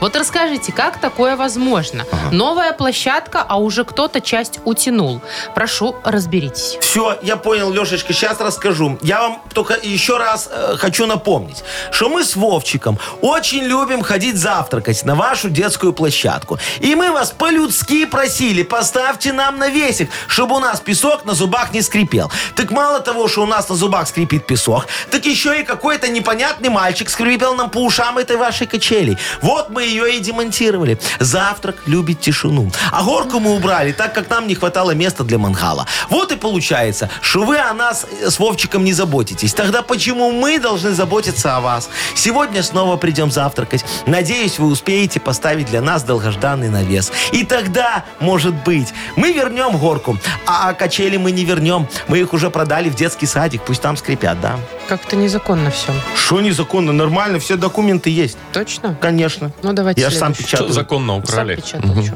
C: Вот расскажите, как такое возможно? Новая площадка, а уже кто-то часть утянул. Прошу, разберитесь.
D: Все, я понял, Лешечка, сейчас расскажу. Я вам только еще раз э, хочу напомнить, что мы с Вовчиком очень любим ходить завтракать на вашу детскую площадку. И мы вас по-людски просили, поставьте нам навесик, чтобы у нас песок на зубах не скрипел. Так мало того, что у нас на зубах скрипит песок, так еще и какой-то непонятный мальчик скрипел нам по ушам этой вашей качели. Вот мы ее и демонтировали. Завтрак любит тишину. А горку мы убрали убрали, так как нам не хватало места для мангала. Вот и получается, что вы о нас э, с Вовчиком не заботитесь. Тогда почему мы должны заботиться о вас? Сегодня снова придем завтракать. Надеюсь, вы успеете поставить для нас долгожданный навес. И тогда, может быть, мы вернем горку. А качели мы не вернем. Мы их уже продали в детский садик. Пусть там скрипят, да?
C: Как-то незаконно все.
D: Что незаконно? Нормально, все документы есть.
C: Точно?
D: Конечно.
C: Ну, давайте
D: Я же сам
B: Что
C: следующий.
D: печатаю.
B: законно
C: Сам
B: украли?
C: печатал,
B: Мгм.
C: чё.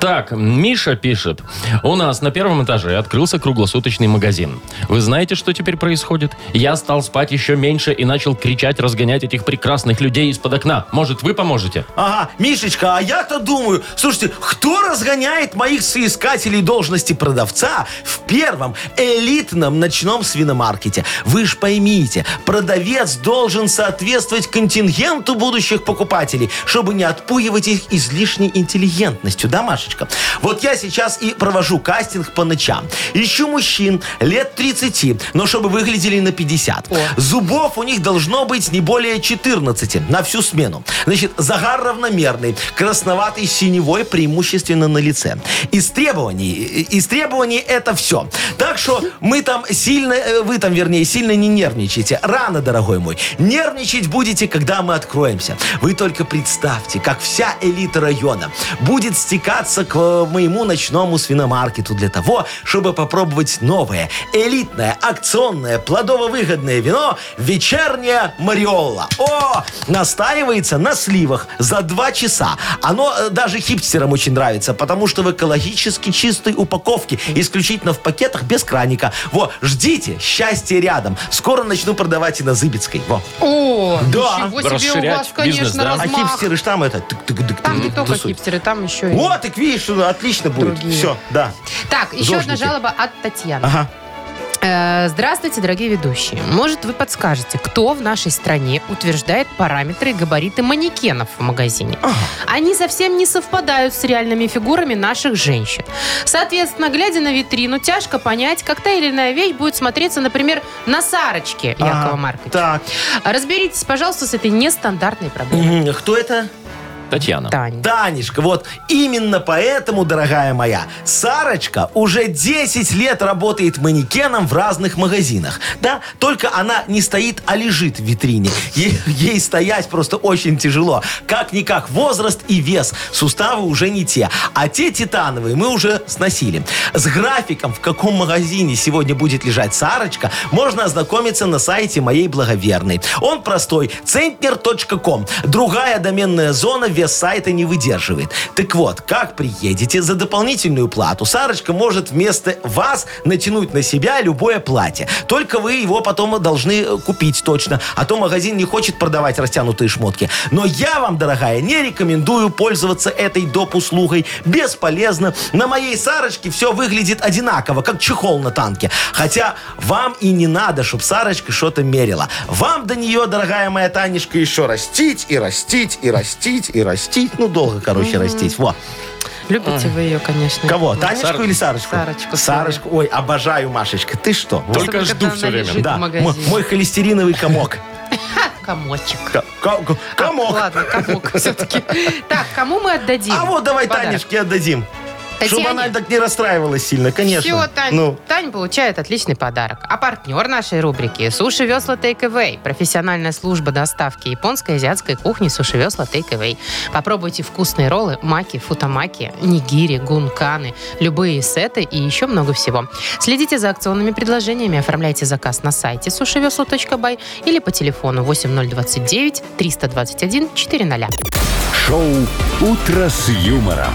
B: Так, Миша пишет. У нас на первом этаже открылся круглосуточный магазин. Вы знаете, что теперь происходит? Я стал спать еще меньше и начал кричать, разгонять этих прекрасных людей из-под окна. Может, вы поможете?
D: Ага, Мишечка, а я-то думаю, слушайте, кто разгоняет моих соискателей должности продавца в первом элитном ночном свиномаркете? Вы ж поймите, продавец должен соответствовать контингенту будущих покупателей, чтобы не отпугивать их излишней интеллигентностью, да, Машечка? Вот я сейчас и провожу кастинг по ночам. Ищу мужчин лет 30, но чтобы выглядели на 50. Зубов у них должно быть не более 14 на всю смену. Значит, загар равномерный, красноватый, синевой, преимущественно на лице. Из требований, э, из требований это все. Так что мы там сильно, э, вы там, вернее, сильно не нервничайте. Рано, дорогой мой. Нервничать будете, когда мы откроемся. Вы только представьте, как вся элита района будет стекаться к э, моему ночному свиномаркету для того, чтобы попробовать новое, элитное, акционное, плодово-выгодное вино «Вечерняя Мариолла». О! Настаивается на сливах за два часа. Оно э, даже хипстерам очень нравится, потому что в экологически чистой упаковке, исключительно в пакетах без краника. Во, ждите, счастье рядом. Скоро начну продавать и на Зыбицкой. Во.
C: О,
D: Да.
C: ничего себе у
B: Расширять
C: вас, конечно,
B: бизнес, да?
D: А
C: размах.
D: хипстеры ж там это... тык-тык-тык-тык,
C: Там не только
D: тусуют.
C: хипстеры, там еще и...
D: Вот, так видишь, что отлично будет.
C: Другие.
D: Все, да.
C: Так, еще одна
D: Зожники. А.
C: жалоба от Татьяны.
D: Ага.
C: Э, Здравствуйте, дорогие ведущие. Может, вы подскажете, кто в нашей стране утверждает параметры и габариты манекенов в магазине? Они совсем не совпадают с реальными фигурами наших женщин. Соответственно, глядя на витрину, тяжко понять, как та или иная вещь будет смотреться, например, на Сарочке Якова
D: Ага.
C: Марковича.
D: Так.
C: Разберитесь, пожалуйста, с этой нестандартной проблемой.
D: Мгм. Кто это?
B: Татьяна.
C: Таня.
D: Танечка, вот именно поэтому, дорогая моя, Сарочка уже 10 лет работает манекеном в разных магазинах. Да, только она не стоит, а лежит в витрине. Е- Ей, стоять просто очень тяжело. Как-никак возраст и вес. Суставы уже не те. А те титановые мы уже сносили. С графиком, в каком магазине сегодня будет лежать Сарочка, можно ознакомиться на сайте моей благоверной. Он простой. Центнер.ком. Другая доменная зона вес сайта не выдерживает. Так вот, как приедете за дополнительную плату, Сарочка может вместо вас натянуть на себя любое платье. Только вы его потом должны э, купить точно, а то магазин не хочет продавать растянутые шмотки. Но я вам, дорогая, не рекомендую пользоваться этой доп. услугой. Бесполезно. На моей Сарочке все выглядит одинаково, как чехол на танке. Хотя вам и не надо, чтобы Сарочка что-то мерила. Вам до нее, дорогая моя Танечка, еще растить и растить и растить и растить. Ну, долго, короче, растить. Во.
C: Любите вы ее, конечно. Ну,
D: Кого?
C: Яков Маркович.
D: Танечку или Сарочку?
C: Сарочку,
D: Сарочку. Ой, обожаю, Машечка. Ты что? Вот.
B: Только
C: Особенно,
B: жду
C: когда
B: всё
C: она
B: время.
C: лежит
D: Да,
C: в
D: мой,
C: магазине.
D: мой холестериновый комок.
C: Комочек.
D: Ко- ко- ко- Комок.
C: Ладно, комок все-таки. Так, кому мы отдадим?
D: А вот давай
C: подарок?
D: Танечке отдадим.
C: Татьяне?
D: Чтобы она так не расстраивалась сильно, конечно.
C: Все, Тань,
D: Ну,
C: Тань получает отличный подарок. А партнер нашей рубрики – Суши Весла Take Away. Профессиональная служба доставки японской и азиатской кухни Суши Весла Take Away. Попробуйте вкусные роллы, маки, футамаки, нигири, гунканы, любые сеты и еще много всего. Следите за акционными предложениями, оформляйте заказ на сайте сушивесла.бай или по телефону 8029 321 400.
A: Шоу «Утро с юмором»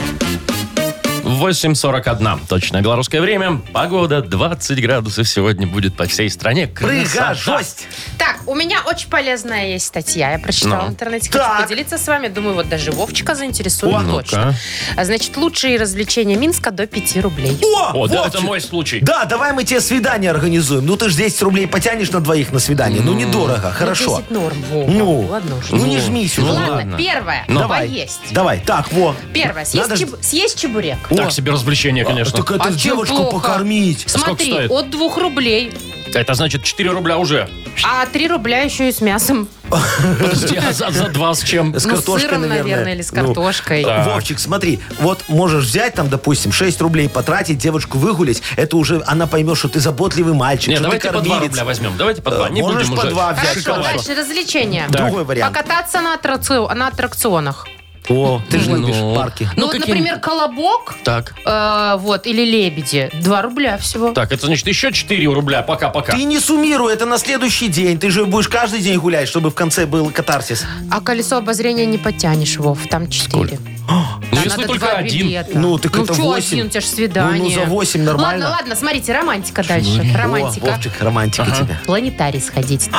B: 8.41. Точное белорусское время. Погода 20 градусов сегодня будет по всей стране.
D: прыга,
B: Красота.
D: жесть.
C: Так, у меня очень полезная есть статья. Я прочитала
B: Ну.
C: в интернете. Хочу
D: Так.
C: поделиться с вами. Думаю, вот даже Вовчика заинтересует
B: О, ну-ка.
C: точно. А, Значит, лучшие развлечения Минска до 5 рублей.
D: О,
B: О, да,
D: Вовчик.
B: это мой случай.
D: Да, давай мы тебе свидание организуем. Ну ты ж 10 рублей потянешь на двоих на свидание. Ну недорого,
C: Ну,
D: хорошо.
C: 10 норм. Во,
D: Ну,
C: ладно уже.
D: ну не жмись
B: Ну,
D: уже.
C: ладно,
B: ладно.
C: первое.
B: Ну.
C: Давай.
D: Давай.
C: есть.
D: Давай, так, во.
C: Первое. Съесть,
D: Надо ж-
C: чеб- съесть чебурек.
B: Так себе развлечение, конечно.
D: Так это
C: А
D: ж
C: чё
D: девочку
C: плохо?
D: покормить.
B: Сколько
C: Смотри,
B: стоит?
C: от 2 рублей.
B: Это значит 4 рубля уже.
C: А 3 рубля еще и с мясом.
B: Подожди, а за, за два с чем?
D: С
C: Ну, с
D: картошкой,
C: сыром, наверное, или с
D: Ну,
C: картошкой.
B: Так.
D: Вовчик, смотри, вот можешь взять там, допустим, 6 рублей потратить, девочку выгулить, это уже она поймет, что ты заботливый мальчик,
B: Не,
D: что
B: давайте
D: ты
B: по два
D: кормилец. Э,
B: рубля возьмем. Давайте по два. Не
D: Можешь
B: будем
D: по
B: уже.
D: два взять.
C: Хорошо,
D: Шоколад.
C: дальше развлечения.
B: Да.
D: Другой вариант.
C: Покататься на, аттракцио- на аттракционах.
D: О, ты же
B: Ну.
D: любишь парки.
B: Ну,
C: Ну, вот,
B: какие-
C: например, колобок
B: Так.
C: э, вот, или лебеди. 2 рубля всего.
B: Так, это значит еще 4 рубля. Пока-пока.
D: Ты не суммируй, это на следующий день. Ты же будешь каждый день гулять, чтобы в конце был катарсис.
C: А колесо обозрения не потянешь, Вов, там 4.
B: Ну, если только один.
D: Ну, так это
C: что
D: восемь.
C: один, у тебя же свидание.
D: Ну, ну, за восемь нормально.
C: Ладно, ладно, смотрите, романтика
B: Ну,
C: дальше.
D: О,
C: Романтика.
D: Вовчик, А. романтика тебе.
C: Планетарий сходить.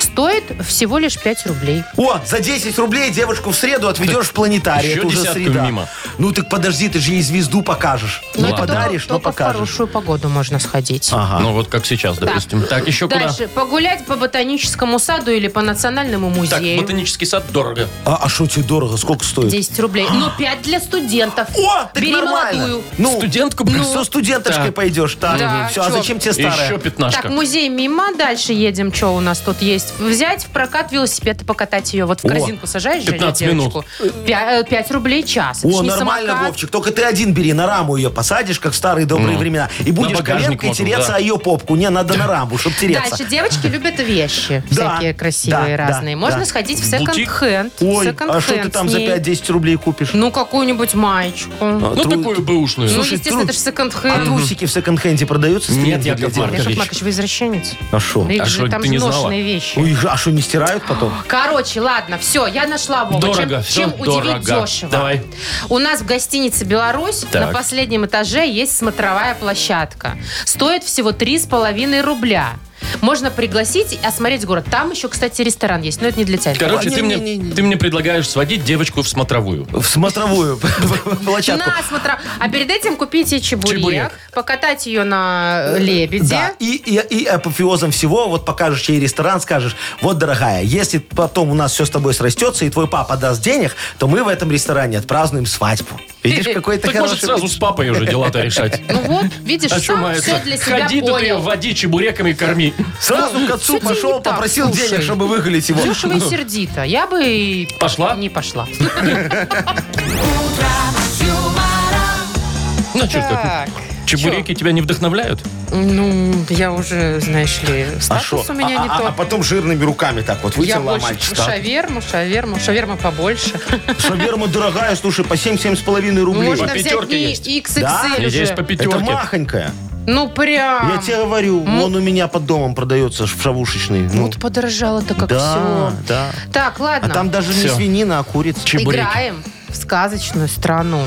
C: Стоит всего лишь 5 рублей.
D: О, за 10 рублей девочку в среду отведешь в планетарий.
B: Еще
D: это уже
B: десятку
D: среда.
B: мимо.
D: Ну так подожди, ты же ей звезду покажешь.
B: Ну,
D: Не
B: это
D: подаришь,
C: только,
D: но
C: только в
D: покажешь. А,
C: хорошую погоду можно сходить.
D: Ага.
B: Ну, вот как сейчас, допустим. Так,
D: ну,
B: еще куда?
C: Дальше. Погулять по ботаническому саду или по национальному
B: Так,
C: музею.
B: ботанический сад дорого.
D: А что тебе дорого? Сколько стоит?
C: 10 рублей. Но 5 для студентов.
D: О, так
C: Бери
D: нормально.
C: молодую.
D: Ну,
B: Студентку
D: ну,
B: брать?
D: со студенточкой
B: Так.
D: пойдешь. Так,
C: Да,
D: все, а
C: чё?
D: зачем тебе старая?
B: Еще пятнашка.
C: Так, музей мимо, дальше едем, что у нас тут есть. Взять в прокат велосипед и покатать ее. Вот в
D: О,
C: корзинку сажаешь, Женя,
B: 15
C: девочку. 5, э, рублей час. Это
D: О,
C: ж не
D: нормально,
C: самокат.
D: Вовчик. Только ты один бери, на раму ее посадишь, как в старые добрые времена. И будешь
B: Ну, багажник
D: коленкой
B: можно,
D: тереться
B: да.
D: а ее попку. Не, надо на раму, чтобы тереться.
C: Дальше девочки любят вещи.
D: Да,
C: всякие красивые,
D: да,
C: разные.
D: да,
C: Можно
D: да.
C: сходить в
B: Бутик?
C: секонд-хенд. в
D: Ой, а
C: секонд-хенд
D: что ты там
C: с
D: за
C: ней.
D: 5-10 рублей купишь?
C: Ну, какую-нибудь маечку. Ну,
D: А,
B: Ну,
D: тру-
B: такую бэушную.
D: слушай,
C: естественно,
D: тру-
C: это же
D: А
C: секонд-хенд.
D: трусики в секонд-хенде продаются?
B: Нет, Яков
D: Стринги для
B: Маркович.
D: девочек?
C: Яков Маркович, вы извращенец.
D: А что?
C: Да их
B: что,
C: же, там
B: ты
C: же
B: не знала?
C: ношенные вещи.
D: Ой, а что, не стирают потом?
C: Короче, ладно, все, я нашла Вова.
B: Дорого,
C: чем,
B: всё
C: чем удивить
B: дорого.
C: дешево.
B: Давай.
C: У нас в гостинице «Беларусь»
B: Так.
C: на последнем этаже есть смотровая площадка. Стоит всего 3,5 рубля. Можно пригласить и осмотреть город. Там еще, кстати, ресторан есть, но это не для тебя.
B: Короче,
D: Ой,
B: ты, мне,
D: не-не-не.
B: ты мне предлагаешь сводить девочку в смотровую.
D: В смотровую площадку.
C: На смотра- А перед этим купить ей чебурек,
B: Чебурек. Э,
C: покатать ее на э, лебеде.
D: Да, и, и, и апофеозом всего, вот покажешь ей ресторан, скажешь, вот, дорогая, если потом у нас все с тобой срастется, и твой папа даст денег, то мы в этом ресторане отпразднуем свадьбу.
C: Э,
D: Видишь, какой то
B: так может
D: хороший...
B: сразу с папой уже дела-то решать.
C: Ну вот, видишь,
B: А что,
C: сам
B: Майя,
C: все для себя
B: Ходи тут ее
C: понял.
B: води чебуреками корми.
D: Сразу к
C: что-то
D: отцу
C: не
D: пошел,
C: так,
D: попросил
C: слушай.
D: денег, чтобы выгулить его.
C: Дешево и сердито. Я бы и
B: Пошла?
C: не пошла.
B: Ну, что ж такое?
C: Так.
B: Чебуреки тебя не вдохновляют?
C: Ну, я уже, знаешь ли,
D: шо?
C: статус у меня
D: А-
C: не
D: а- а
C: тот.
D: потом жирными руками так вот
C: Я
D: вытянула а
C: больше
D: мальчик. так.
C: шаверму, шаверму, шаверма побольше.
D: Шаверма дорогая, слушай, по 7-7,5 рублей.
C: Можно
B: По
C: взять
B: пятерке
C: не
B: есть.
D: Да?
C: XXL
B: Здесь по
C: уже.
D: Это
B: пятерке.
D: махонькая.
C: Ну, прям.
D: Я тебе говорю, он у меня под домом продается в шавушечный. Ну,
C: Вот подорожало-то как
D: да,
C: все.
D: да.
C: Так,
D: А
C: ладно.
D: там даже не
B: Всё.
D: свинина, а курица.
C: Играем в сказочную страну.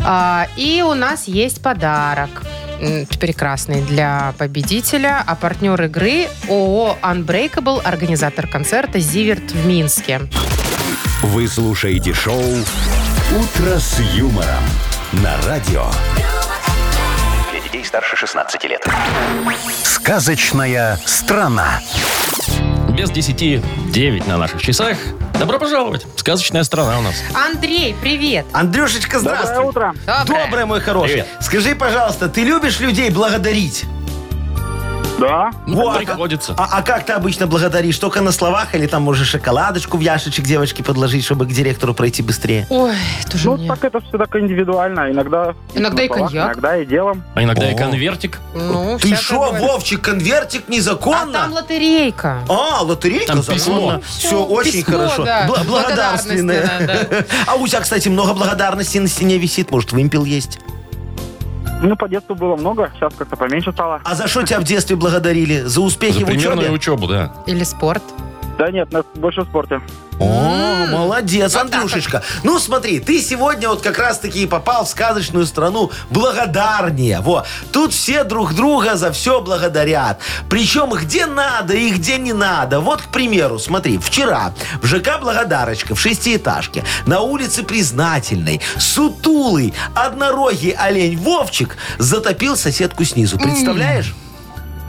C: А, и у нас есть подарок м, прекрасный для победителя, а партнер игры ООО Unbreakable, организатор концерта «Зиверт» в Минске.
A: Вы слушаете шоу «Утро с юмором» на радио.
E: Для детей старше 16 лет.
A: Сказочная страна.
B: Без десяти девять на наших часах. Добро пожаловать. Сказочная страна у нас.
C: Андрей, привет!
D: Андрюшечка, здравствуй.
H: Доброе утро.
C: Доброе.
D: Доброе, мой хороший.
B: Привет.
D: Скажи, пожалуйста, ты любишь людей благодарить?
I: Да,
B: Ну,
D: Во, а как-
B: приходится.
D: А, а как ты обычно благодаришь? Только на словах или там можешь шоколадочку в яшечек девочке подложить, чтобы к директору пройти быстрее?
C: Ой, тоже
I: ну
C: мне.
I: так это все так индивидуально, иногда...
C: Иногда
I: на
C: и
I: словах,
C: коньяк.
I: Иногда и делом.
B: А иногда и
D: О.
B: конвертик.
C: Ну,
D: ты
C: всякое
D: шо,
C: бывает.
D: Вовчик, конвертик
C: А там
D: незаконно?
C: лотерейка.
D: А, лотерейка
B: Там
D: законно.
B: письмо.
D: Все очень
C: Письмо,
D: хорошо.
C: да.
D: Бла- Благодарственное.
C: Благодарственное,
D: А у тебя, кстати, много благодарности на стене висит. Может, вымпел есть?
I: Ну, по детству было много, сейчас как-то поменьше стало.
D: А за что тебя в детстве благодарили? За успехи
B: За
D: в
B: примерную
D: учебе?
B: учебу, да.
C: Или спорт.
I: Да нет, нас больше в спорте.
D: О, молодец, Андрюшечка. Ну, смотри, ты сегодня вот как раз-таки и попал в сказочную страну благодарнее. Во, тут все друг друга за все благодарят. Причем где надо и где не надо. Вот, к примеру, смотри, вчера в ЖК «Благодарочка» в шестиэтажке на улице Признательной сутулый однорогий олень Вовчик затопил соседку снизу. Представляешь?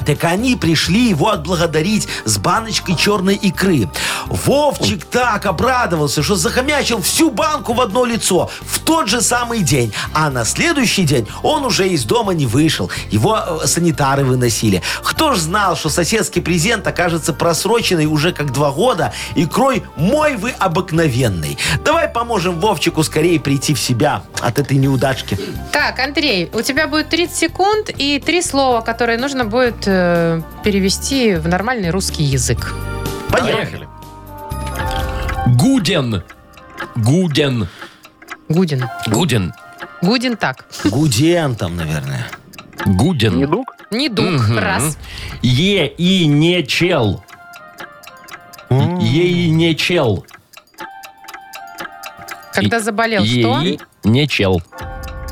D: Так они пришли его отблагодарить с баночкой черной икры. Вовчик так обрадовался, что захомячил всю банку в одно лицо в тот же самый день. А на следующий день он уже из дома не вышел. Его э, санитары выносили. Кто ж знал, что соседский презент окажется просроченный уже как два года икрой «Мой вы обыкновенный». Давай поможем Вовчику скорее прийти в себя от этой неудачки.
C: Так, Андрей, у тебя будет 30 секунд и три слова, которые нужно будет э, перевести в нормальный русский язык.
D: Поехали.
B: Поехали. Гуден. Гуден.
J: Гудин.
B: Гуден.
J: Гудин так.
D: Гуден там, наверное.
B: Гуден.
K: Недуг?
J: Не дух.
B: Мгм.
J: Раз.
B: Е и не чел. Е и не чел.
J: Когда заболел,
B: Е
J: что?
B: и не чел.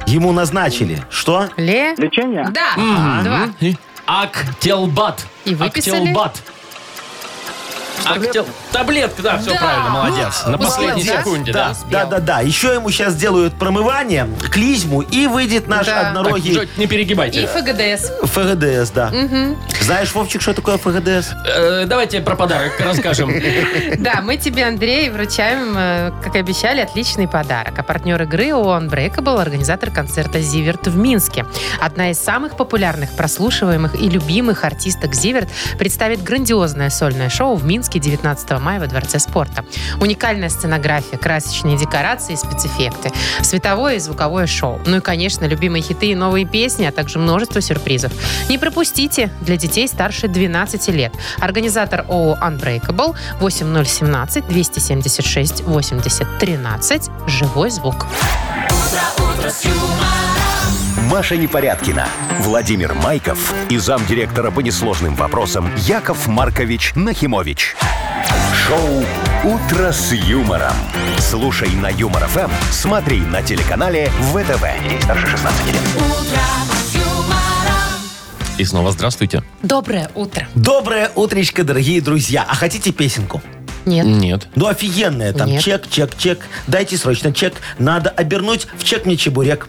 D: Ему назначили. Что?
J: Ле.
K: Лечение?
C: Да, два.
B: И Актелбат.
J: И выписали?
B: Актелбат. Актел... Таблетка, да, все
C: Да. Ну,
B: правильно, молодец. На последней
C: молодец.
B: секунде, да.
D: Да, да, да, да. Еще ему сейчас делают промывание, клизму, и выйдет наш
C: Да.
B: Так,
D: однорогий
B: Джо, не
C: И
B: перегибайте.
C: ФГДС.
D: ФГДС, да. Знаешь, Вовчик, что такое ФГДС?
B: Э, давайте про подарок расскажем.
C: Да, мы тебе, Андрей, вручаем, э, как и обещали, отличный подарок. А партнер игры ООО Unbreakable, организатор концерта «Зиверт» в Минске. Одна из самых популярных, прослушиваемых и любимых артисток «Зиверт» представит грандиозное сольное шоу в Минске 19 мая во Дворце спорта. Уникальная сценография, красочные декорации и спецэффекты, световое и звуковое шоу. Ну и, конечно, любимые хиты и новые песни, а также множество сюрпризов. Не пропустите для детей старше 12 лет. Организатор ООО Unbreakable 8017 276 80 13. Живой звук.
A: Маша Непорядкина, Владимир Майков и замдиректора по несложным вопросам Яков Маркович Нахимович. Шоу «Утро с юмором». Слушай на Юмор ФМ, смотри на телеканале ВТВ. Здесь старше 16 лет.
B: И снова здравствуйте.
C: Доброе утро.
D: Доброе утречко, дорогие друзья. А хотите песенку?
C: Нет.
B: Нет.
D: Ну, офигенная там.
C: Нет.
D: Чек, чек, чек. Дайте срочно чек. Надо обернуть в чек мне чебурек.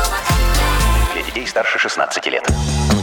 L: Для детей старше 16 лет.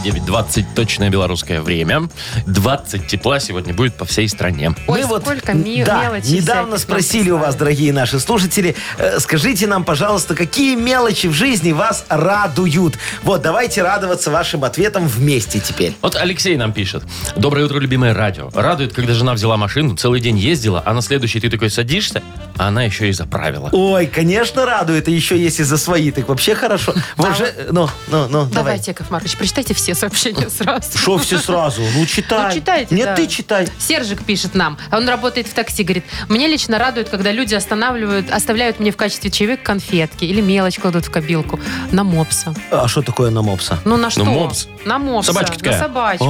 B: 9.20 Ну, точное белорусское время. 20 тепла сегодня будет по всей стране.
C: Ой,
D: Мы вот,
C: сколько ми-
D: да,
C: мелочей всяких
D: недавно
C: нам
D: спросили у вас,
C: прислали.
D: дорогие наши слушатели, э, скажите нам, пожалуйста, какие мелочи в жизни вас радуют? Вот, давайте радоваться вашим ответам вместе теперь.
B: Вот Алексей нам пишет. Доброе утро, любимое радио. Радует, когда жена взяла машину, целый день ездила, а на следующий ты такой садишься, а она еще и заправила.
D: Ой, конечно, радует. И еще если за свои, так вообще хорошо. Вот же, ну, ну, ну, давай.
C: Давайте, Яков Маркович, прочитайте все сообщения сразу.
D: Что все сразу? Ну, читай.
C: Ну, читайте,
D: Нет,
C: да.
D: ты читай.
C: Сержик пишет нам, он работает в такси, говорит, мне лично радует, когда люди останавливают, оставляют мне в качестве чаевых конфетки или мелочь кладут в кабилку на мопса.
D: А что такое на мопса?
C: Ну на что?
B: мопс.
C: На мопса.
B: Собачка такая.
C: На собачку.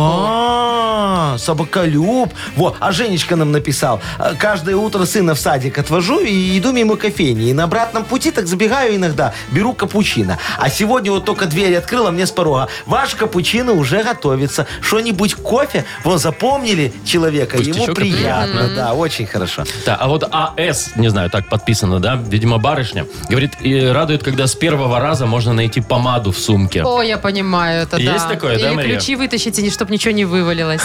D: А, собаколюб. Вот, а Женечка нам написал. э, Каждое утро сына в садик отвожу и иду мимо кофейни. И на обратном пути так забегаю иногда, беру капучино. А сегодня вот только дверь открыла мне с порога. Ваш капучино уже готовится. Что-нибудь кофе? Вон, запомнили человека? Ему
B: Пустячок,
D: приятно, да, очень хорошо.
B: Да, а вот АС, не знаю, так подписано, да, видимо, барышня, говорит, и радует, когда с первого раза можно найти помаду в сумке.
C: О, я понимаю, это да.
B: Есть такое,
C: Или
B: да, Мария?
C: ключи вытащите, чтобы ничего не вывалилось.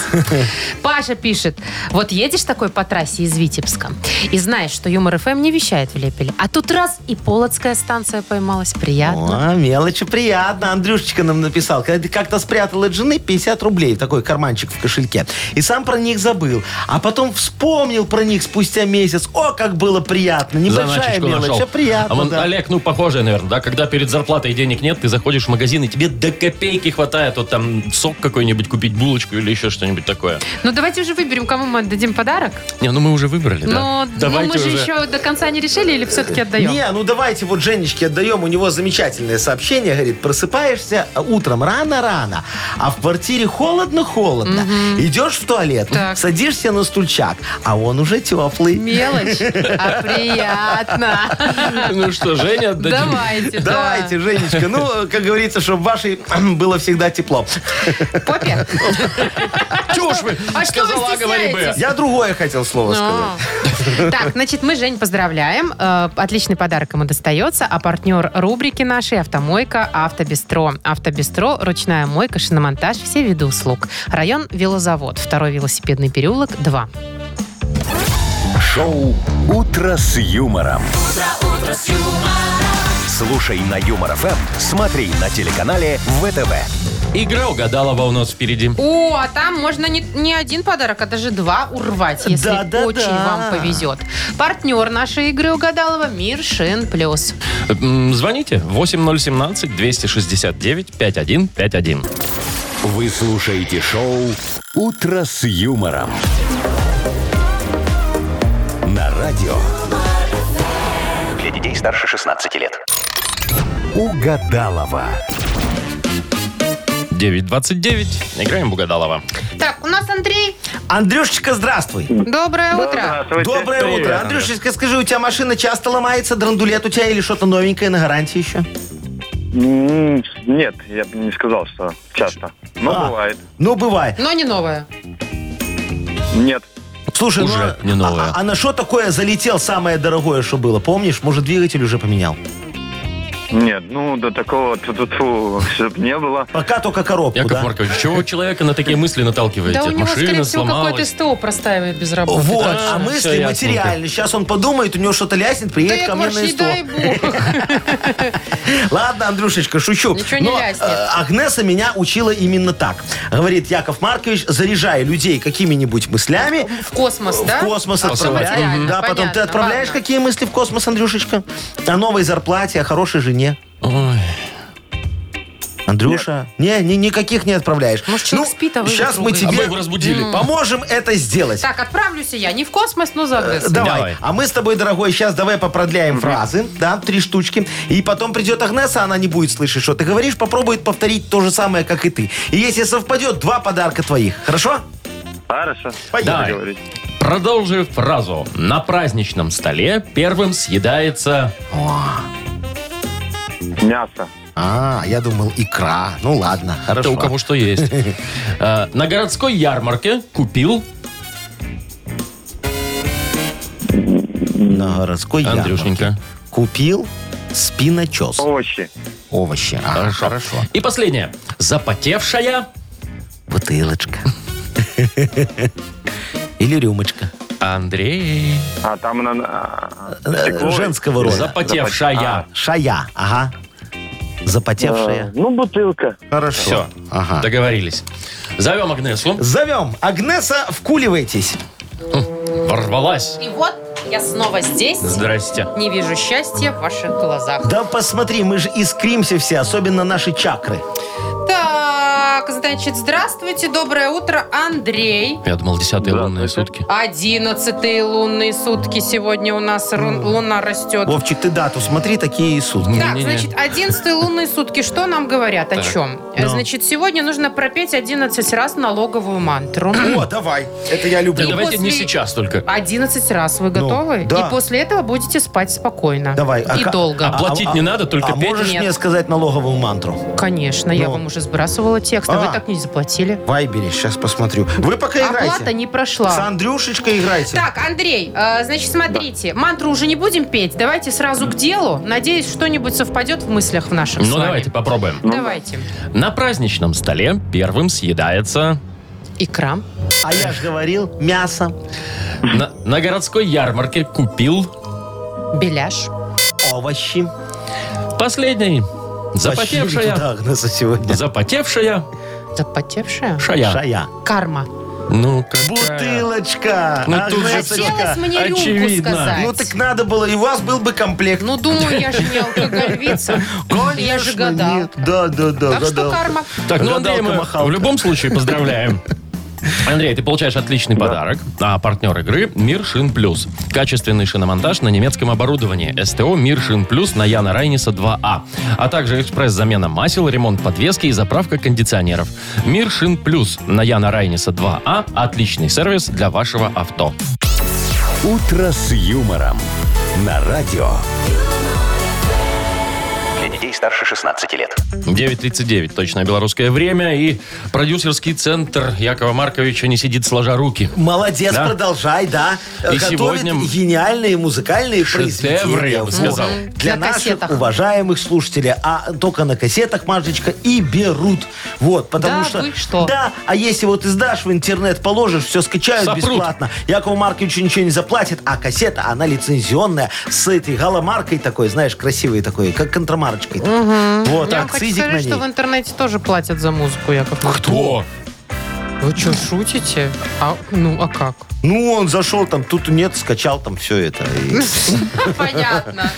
C: Паша пишет. Вот едешь такой по трассе из Витебска и знаешь, что Юмор ФМ не вещает в Лепеле. А тут раз и Полоцкая станция поймалась. Приятно.
D: О, мелочи приятно. Андрюшечка нам написал. Когда ты как-то спрятал от жены 50 рублей, такой карманчик в кошельке. И сам про них забыл. А потом вспомнил про них спустя месяц. О, как было приятно. Небольшая
B: Заначечку
D: мелочь,
B: нашел.
D: а приятно.
B: А вон,
D: да.
B: Олег, ну, похожее, наверное, да, когда перед зарплатой денег нет, ты заходишь в магазин, и тебе до копейки хватает, вот там сок какой-нибудь купить, булочку или еще что-нибудь такое.
C: Ну, давайте уже выберем, кому мы отдадим подарок.
B: Не, ну мы уже выбрали, да?
C: Но ну, мы же еще до конца не решили или все-таки отдаем?
D: Не, ну давайте вот Женечке отдаем. У него замечательное сообщение. Говорит, просыпаешься утром рано-рано, а в квартире холодно-холодно. Идешь в туалет,
C: Так.
D: садишься на стульчак, а он уже теплый.
C: Мелочь, а приятно.
B: Ну что, Женя, отдадим?
C: Давайте, да.
D: Давайте, Женечка. Ну, как говорится, чтобы вашей было всегда тепло.
C: Попе,
B: Чушь вы!
C: а что вы
B: Сказала, говори бы.
C: стесняетесь?
D: Я другое хотел слово сказать.
C: Ну. Так, значит, мы Жень поздравляем. Э, Отличный подарок ему достается. А партнер рубрики нашей «Автомойка Автобестро». Автобестро – ручная мойка, шиномонтаж, все виды услуг. Район «Велозавод», второй велосипедный переулок, 2.
A: Шоу «Утро с юмором». Слушай на Юмор ФМ, смотри на телеканале ВТВ.
B: Игра угадалова у нас впереди.
C: О, а там можно не, не один подарок, а даже два урвать, если
D: Да, да,
C: очень
D: да.
C: вам повезет. Партнер нашей игры угадалова Мир Шин Плюс.
B: М, Звоните 8017-269-5151.
A: Вы слушаете шоу «Утро с юмором». На радио
L: Для детей старше 16 лет.
A: «Угадалова».
B: 929. Играем в угадалова.
C: Так, у нас Андрей.
D: Андрюшечка, здравствуй.
C: Доброе
E: Э,
C: утро.
D: Доброе утро. Андрюшечка, скажи, у тебя машина часто ломается, драндулет у тебя или что-то новенькое на гарантии еще?
I: М, Нет, я бы не сказал, что часто. Но
D: А.
I: бывает.
D: Ну, бывает.
C: Но не новое.
I: Нет.
D: Слушай,
B: Уже
D: ну,
B: не
D: а-
B: новая.
D: А, а на что такое залетел самое дорогое, что было? Помнишь? Может, двигатель уже поменял?
I: Нет, ну до такого ту-ту-ту, чтобы не было.
D: Пока только коробку,
B: Яков
D: да?
B: Маркович, чего вы человека на такие мысли наталкиваете?
C: Да у него, скорее
B: Машина
C: всего, какое-то
B: сломалась.
C: СТО простаивает без работы.
D: Вот,
B: Да,
D: а
B: всё
D: мысли
B: ясненько.
D: материальные. Сейчас он подумает, у него что-то ляснет,
C: Да,
D: приедет ко
C: Яков
D: мне на
C: Маркович, не
D: СТО.
C: дай бог.
D: Ладно, Андрюшечка, шучу.
C: Ничего не
D: Но,
C: ляснет.
D: э, Агнеса меня учила именно так. Говорит, Яков Маркович, заряжай людей какими-нибудь мыслями.
C: В космос, да?
D: В космос
C: А потом
D: отправляй.
C: материально,
D: Да, потом ты
C: понятно,
D: отправляешь
C: ладно.
D: какие мысли в космос, Андрюшечка? О новой зарплате, о хорошей жене.
B: Ой.
D: Андрюша? Не, не, никаких не отправляешь.
C: Может, человек спит, а вы
D: Сейчас
C: его
D: мы
C: трогаете.
B: А мы
D: тебе
B: его разбудили.
D: поможем это сделать.
C: Так, отправлюсь я не в космос, но за
D: Э,
C: ГЭС.
D: Давай.
B: Давай.
D: А мы с тобой, дорогой, сейчас давай попродляем фразы, да, три штучки. И потом придет Агнеса, она не будет слышать, что ты говоришь, попробует повторить то же самое, как и ты. И если совпадет, два подарка твоих. Хорошо?
I: Хорошо.
B: Давай.
I: говорить.
B: Продолжи фразу. На праздничном столе первым съедается...
I: Мясо.
D: А, я думал, икра. Ну ладно,
B: Это
D: хорошо.
B: у кого что есть. Э, На городской ярмарке купил...
D: На городской ярмарке.
B: Андрюшенька.
D: Купил спиночес.
I: Овощи.
D: Овощи. А,
B: Хорошо.
D: хорошо.
B: И последнее. Запотевшая...
D: Бутылочка. Или рюмочка.
B: Андрей.
I: А там она... а,
D: Э,
I: стекло.
D: Женского рода.
B: Запотевшая.
D: Шая. Ага.
I: Э,
D: Запотевшая.
I: Ну, бутылка.
D: Хорошо.
B: Все,
D: Ага.
B: договорились. Зовем Агнесу.
D: Зовем. Агнеса, вкуливайтесь.
B: Ворвалась.
C: И вот я снова здесь.
B: Здрасте.
C: Не вижу счастья в ваших глазах.
D: Да посмотри, мы же искримся все, особенно наши чакры.
C: Так, значит, здравствуйте, доброе утро, Андрей.
B: Я думал, десятые лунные
I: Здравствуйте.
B: сутки.
C: Одиннадцатые лунные сутки сегодня у нас
D: Ну,
C: рун- луна растет.
D: Вовчик, ты дату смотри, такие и сутки.
C: Так,
B: Не-не-не.
C: значит, 11 лунные сутки. Что нам говорят? О
B: Так.
C: чем?
D: Ну.
C: Э, Значит, сегодня нужно пропеть 11 раз налоговую мантру.
D: О, давай. Это я
B: Да
D: люблю.
C: И
B: давайте не
C: после-
B: сейчас только.
C: 11 раз. Вы готовы?
D: Ну, да.
C: И после этого будете спать спокойно.
D: Давай, а
C: И
D: ка-
C: долго.
B: а платить не надо, только
D: а
B: петь?
D: можешь
C: Нет.
D: мне сказать налоговую мантру?
C: Конечно, я
D: Ну.
C: вам уже сбрасывала текст, а вы
D: А.
C: так не заплатили.
D: В Вайбере, сейчас посмотрю. Вы пока
C: Оплата
D: играйте.
C: не прошла.
D: С Андрюшечкой играйте.
C: Так, Андрей, э, значит, смотрите, мантру уже не будем петь. Давайте сразу к делу. Надеюсь, что-нибудь совпадет в мыслях в наших с
B: Ну
C: вами.
B: давайте попробуем.
C: Давайте.
B: На праздничном столе первым съедается...
C: Икра.
D: А я же говорил, мясо.
B: На, на городской ярмарке купил
C: Беляш.
D: Овощи.
B: последний. Запотевшая.
D: Да, Агнеса сегодня.
B: Запотевшая
C: Запотевшая.
B: шая.
D: Шая.
C: Карма.
B: Ну, какая.
D: Бутылочка.
B: Ну, тут же
D: Агнесочка.
C: Хотелось мне рюмку
B: очевидно.
C: сказать.
D: Ну так надо было, и у вас был бы комплект.
C: Ну, думаю, я же не алкоголевица. Я же
D: Конечно,
C: гадал.
D: нет. Да, да, да.
C: Так что
D: гадалка.
C: карма.
B: Так, ну, Андрей, мы
D: Гадалка-махалка.
B: в любом случае поздравляем. Андрей, ты получаешь отличный подарок. А партнер игры «Мир Шин Плюс». Качественный шиномонтаж на немецком оборудовании. СТО «Мир Шин Плюс» на Яна Райниса 2А. А также экспресс-замена масел, ремонт подвески и заправка кондиционеров. «Мир Шин Плюс» на Яна Райниса 2А. Отличный сервис для вашего авто.
A: «Утро с юмором» на радио.
M: Для детей старше 16 лет.
B: 9.39, точное белорусское время. И продюсерский центр Якова Марковича не сидит сложа руки.
D: Молодец,
B: Да?
D: продолжай, да. Э,
B: И
D: Готовит
B: сегодня
D: гениальные музыкальные
B: шедевры,
D: произведения.
B: я бы
D: Вот.
B: сказал.
D: Для
C: На
D: наших
C: кассетах.
D: уважаемых слушателей. А только на кассетах, Машечка, и берут. Вот, потому
C: Да,
D: что...
C: вы что?
D: Да, а если вот издашь в интернет, положишь, все скачают
B: Сопрут.
D: бесплатно. Якову Марковичу ничего не заплатит, а кассета, она лицензионная, с этой галомаркой такой, знаешь, красивой такой, как контрамарочкой. Вот,
C: Я вам хочу
D: акцизик на
C: сказать,
D: ней.
C: что в интернете тоже платят за музыку, Яков Маркович.
B: Кто?
C: Вы что, шутите? А, ну, а как?
D: Ну, он зашел там, тут нет, скачал там все это. и
C: Понятно.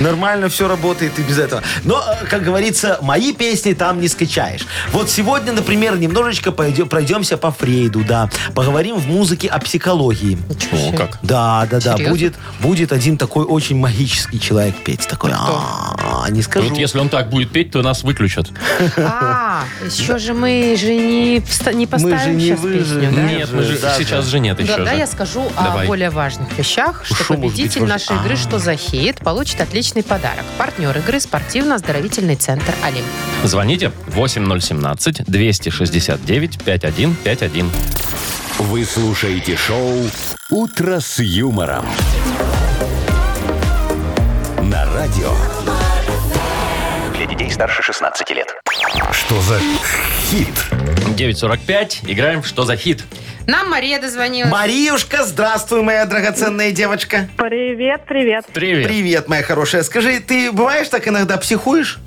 D: Нормально все работает и без этого. Но, э, как говорится, мои песни там не скачаешь. Вот сегодня, например, немножечко пойдем, пройдемся по Фрейду, да. Поговорим в музыке о психологии.
B: О, как.
D: Да, да, да.
C: Серьезно?
D: Будет, будет один такой очень магический человек петь. Такой, «А-а-а», не скажу.
B: Вот если он так будет петь, то нас выключат.
C: А, еще же мы же не, вста- не поставим
D: Мы же не
C: сейчас
D: выжили.
C: песню, да?
D: Нет
B: Нет, мы же
D: даже.
B: сейчас же нет еще.
C: Тогда
B: же.
C: я скажу
B: Давай.
C: о более важных вещах, что
D: Шо может
C: победитель
D: быть
C: нашей
D: важно?
C: игры
D: А.
C: «Что за хит» получит отличный подарок. Партнер игры – спортивно-оздоровительный центр «Олимп».
B: Звоните 8017 269 5151.
A: Вы слушаете шоу «Утро с юмором». На радио.
M: Для детей старше 16 лет.
A: Что за хит?
B: 945. Играем в что за хит?
C: Нам Мария дозвонилась.
D: Мариюшка, здравствуй, моя драгоценная девочка.
H: Привет, привет.
B: Привет.
D: Привет, моя хорошая. Скажи, ты бываешь так иногда психуешь?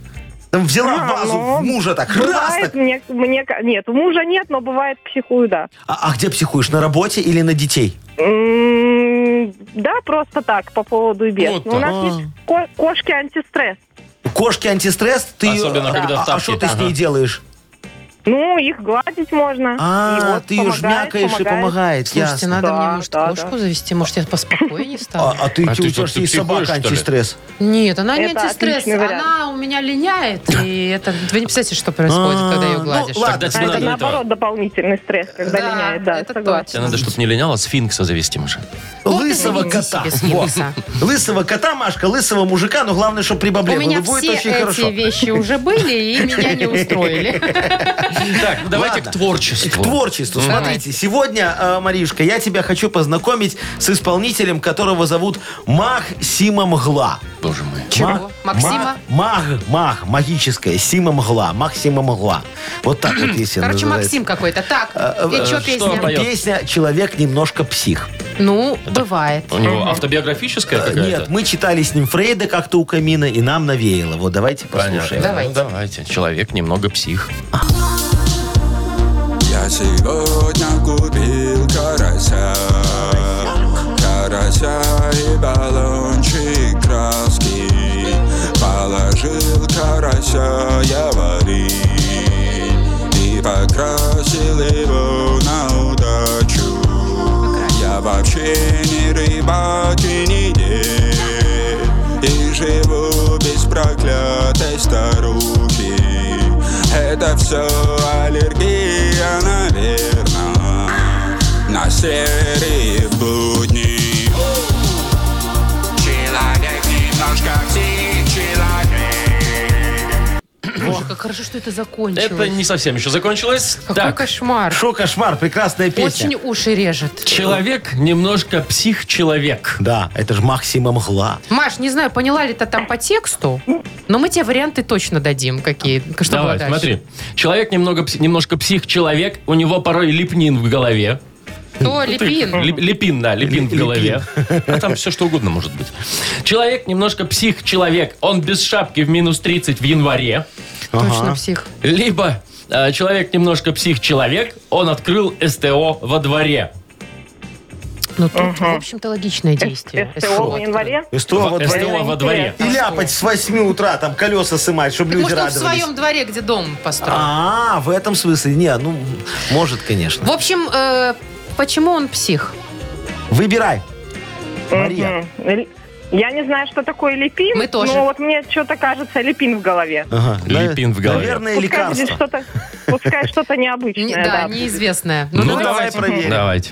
D: Там взяла
H: А,
D: базу
H: ну,
D: мужа так, раз
H: Бывает
D: так.
H: мне, мне... ка- Нет, у мужа нет, но бывает психую, да.
D: А, а где психуешь, на работе или на детей?
H: М, М-м, Да, просто так, по поводу и без.
B: Вот
H: Но у
B: так.
C: А.
H: нас есть ко- кошки антистресс.
D: Кошки антистресс, ты...
B: Особенно,
D: а-
B: когда в
D: а- А
B: тапке.
D: что ты с
B: Ага.
D: ней делаешь?
H: Ну, их гладить можно. И
D: А,
H: вот
D: ты ее
H: помогает,
D: жмякаешь и помогает.
C: Слушайте, ну,
D: ясно.
C: надо мне,
H: Да,
C: может,
H: да,
C: кошку завести? Может, я поспокойнее
D: А,
C: стану?
D: а ты,
B: А
D: у
B: ты что,
D: тебя же есть
B: ты психуешь,
D: собака
B: что ли?
D: антистресс.
C: Нет, она не
H: Это
C: антистресс.
H: отличный вариант.
C: Она у меня линяет. И это... Вы не представляете, что происходит,
D: А,
C: когда ее
D: ну,
C: гладишь.
D: ладно,
B: Тогда тебе
H: А это
B: надо этого.
H: наоборот дополнительный стресс, когда
C: Да,
H: линяет, да,
C: это
H: согласна.
B: Тебе надо, чтобы не линяло, сфинкса завести, уже.
D: Лысого
C: заведи
D: кота.
C: себе сфинкса.
D: Во. Лысого кота, Машка, лысого мужика, но главное, чтобы при бабле
C: У
D: было.
C: меня
D: ну Будет
C: все
D: очень
C: эти
D: хорошо.
C: вещи уже были, и меня не устроили.
B: Так, ну давайте
D: Ладно.
B: к творчеству.
D: К творчеству. Смотрите, сегодня, э, Маришка, я тебя хочу познакомить с исполнителем, которого зовут Максима Мгла.
B: Боже мой.
C: Чего? Максима?
D: Маг, маг, магическая, Сима Мгла, Максима Мгла. Вот так вот если
C: Короче,
D: называется.
C: Максим какой-то. Так, и что
B: А, э, что поет?
C: песня?
D: Песня «Человек немножко псих». Э,
C: Ну, бывает.
B: У него автобиографическая какая-то?
D: Нет, мы читали с ним Фрейда как-то у камина, и нам навеяло. Вот давайте послушаем.
C: Давайте.
B: Ну, давайте. Человек немного псих.
I: Я сегодня купил карася Карася и баллончик краски Положил карася я варить И покрасил его на удачу Я вообще не рыбак и не дед И живу без проклятой старухи это все аллергия, наверное, на серые будни. Человек немножко псих, человек.
C: Боже, как хорошо, что это
B: Это
C: закончилось.
B: не совсем еще закончилось.
C: Какой
B: так,
C: кошмар.
D: Шо кошмар, прекрасная песня.
C: Очень уши режет.
B: человек немножко псих-человек.
D: Да, это же Максима Мгла.
C: Маш, не знаю, поняла ли ты там по тексту, но мы тебе варианты точно дадим, какие, что было
B: Давай,
C: дальше.
B: смотри. Человек немного, пси- немножко псих-человек, у него порой лепнин в голове.
C: То
B: Ну, ты-
C: Липин.
B: лип- Лепин, да, лепин в
D: Лепин.
B: голове. А там все что угодно может быть. Человек немножко псих-человек, он без шапки в минус 30 в январе.
C: Точно псих.
B: Либо э, человек немножко псих-человек, он открыл СТО во дворе.
C: Ну, тут, в общем-то, логичное действие.
H: СТО
C: Шо?
H: в январе.
D: И что вот
B: СТО
D: дворе-
B: во дворе.
D: И ляпать с 8 утра, там колеса сымать, чтобы
C: Так,
D: люди
C: Может, он в
D: радовались.
C: своем дворе, где дом построил.
D: А, в этом смысле. Не, ну, может, конечно.
C: В общем, э, почему он псих?
D: Выбирай.
H: Э,
D: Мария.
H: Мгм. Л- Я не знаю, что такое липин.
C: Мы тоже.
H: Но вот мне что-то кажется липин в голове.
D: Ага.
B: Липин в голове.
D: Наверное,
H: Пускай будет
D: лекарство.
H: что-то, пускай что-то
C: Не-
H: необычное.
C: да,
H: Э, да.
C: неизвестное. Ну,
D: Ну, давай
B: давайте.
D: проверим.
B: Давайте.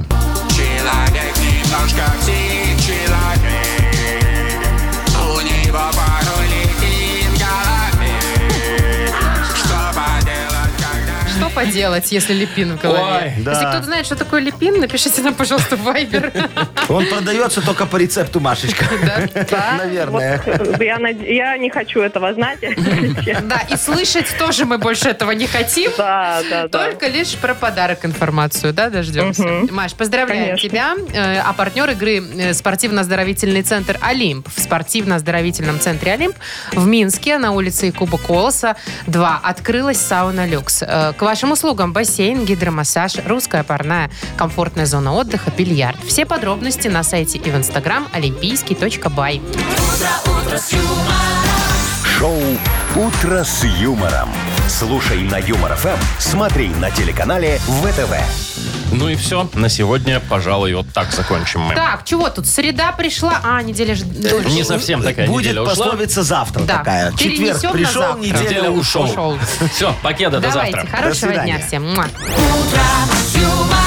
I: Человек немножко псих, человек. У него порой летит в голове. Что поделать, когда...
C: Что поделать, если липин в голове?
D: Ой, да.
C: Если кто-то знает, что такое липин, напишите нам, пожалуйста, в Вайбер.
D: Он продается только по рецепту, Машечка.
H: Вот,
D: Наверное.
H: э, я, над- я не хочу этого знать. если честно.
C: Да, и слышать тоже мы больше этого не хотим.
H: Да, да, да.
C: Только лишь про подарок информацию, да, дождемся.
H: Мгм.
C: Маш, поздравляем
H: Конечно.
C: тебя. Э, А партнер игры э, спортивно-оздоровительный центр «Олимп». В спортивно-оздоровительном центре «Олимп» в Минске на улице Куба Колоса 2 открылась сауна «Люкс». Э, К вашим услугам бассейн, гидромассаж, русская парная, комфортная зона отдыха, бильярд. Все подробности на сайте и в инстаграм олимпийский.бай.
A: Шоу «Утро с юмором». Слушай на Юмор ФМ, смотри на телеканале ВТВ.
B: Ну и все. На сегодня, пожалуй, вот так закончим мы.
C: Так, чего тут? Среда пришла, а неделя же дольше.
B: Не совсем такая
D: Будет
B: неделя ушла.
D: пословица завтра
C: Да.
D: такая. Четверг
C: Перенесем на
D: пришел,
C: завтра.
D: неделя
B: Неделя
D: ушел.
C: Ушел.
B: Все, покеда, до
C: Давайте,
B: завтра.
C: хорошего
D: До свидания.
C: дня всем. Муа.
N: юмор.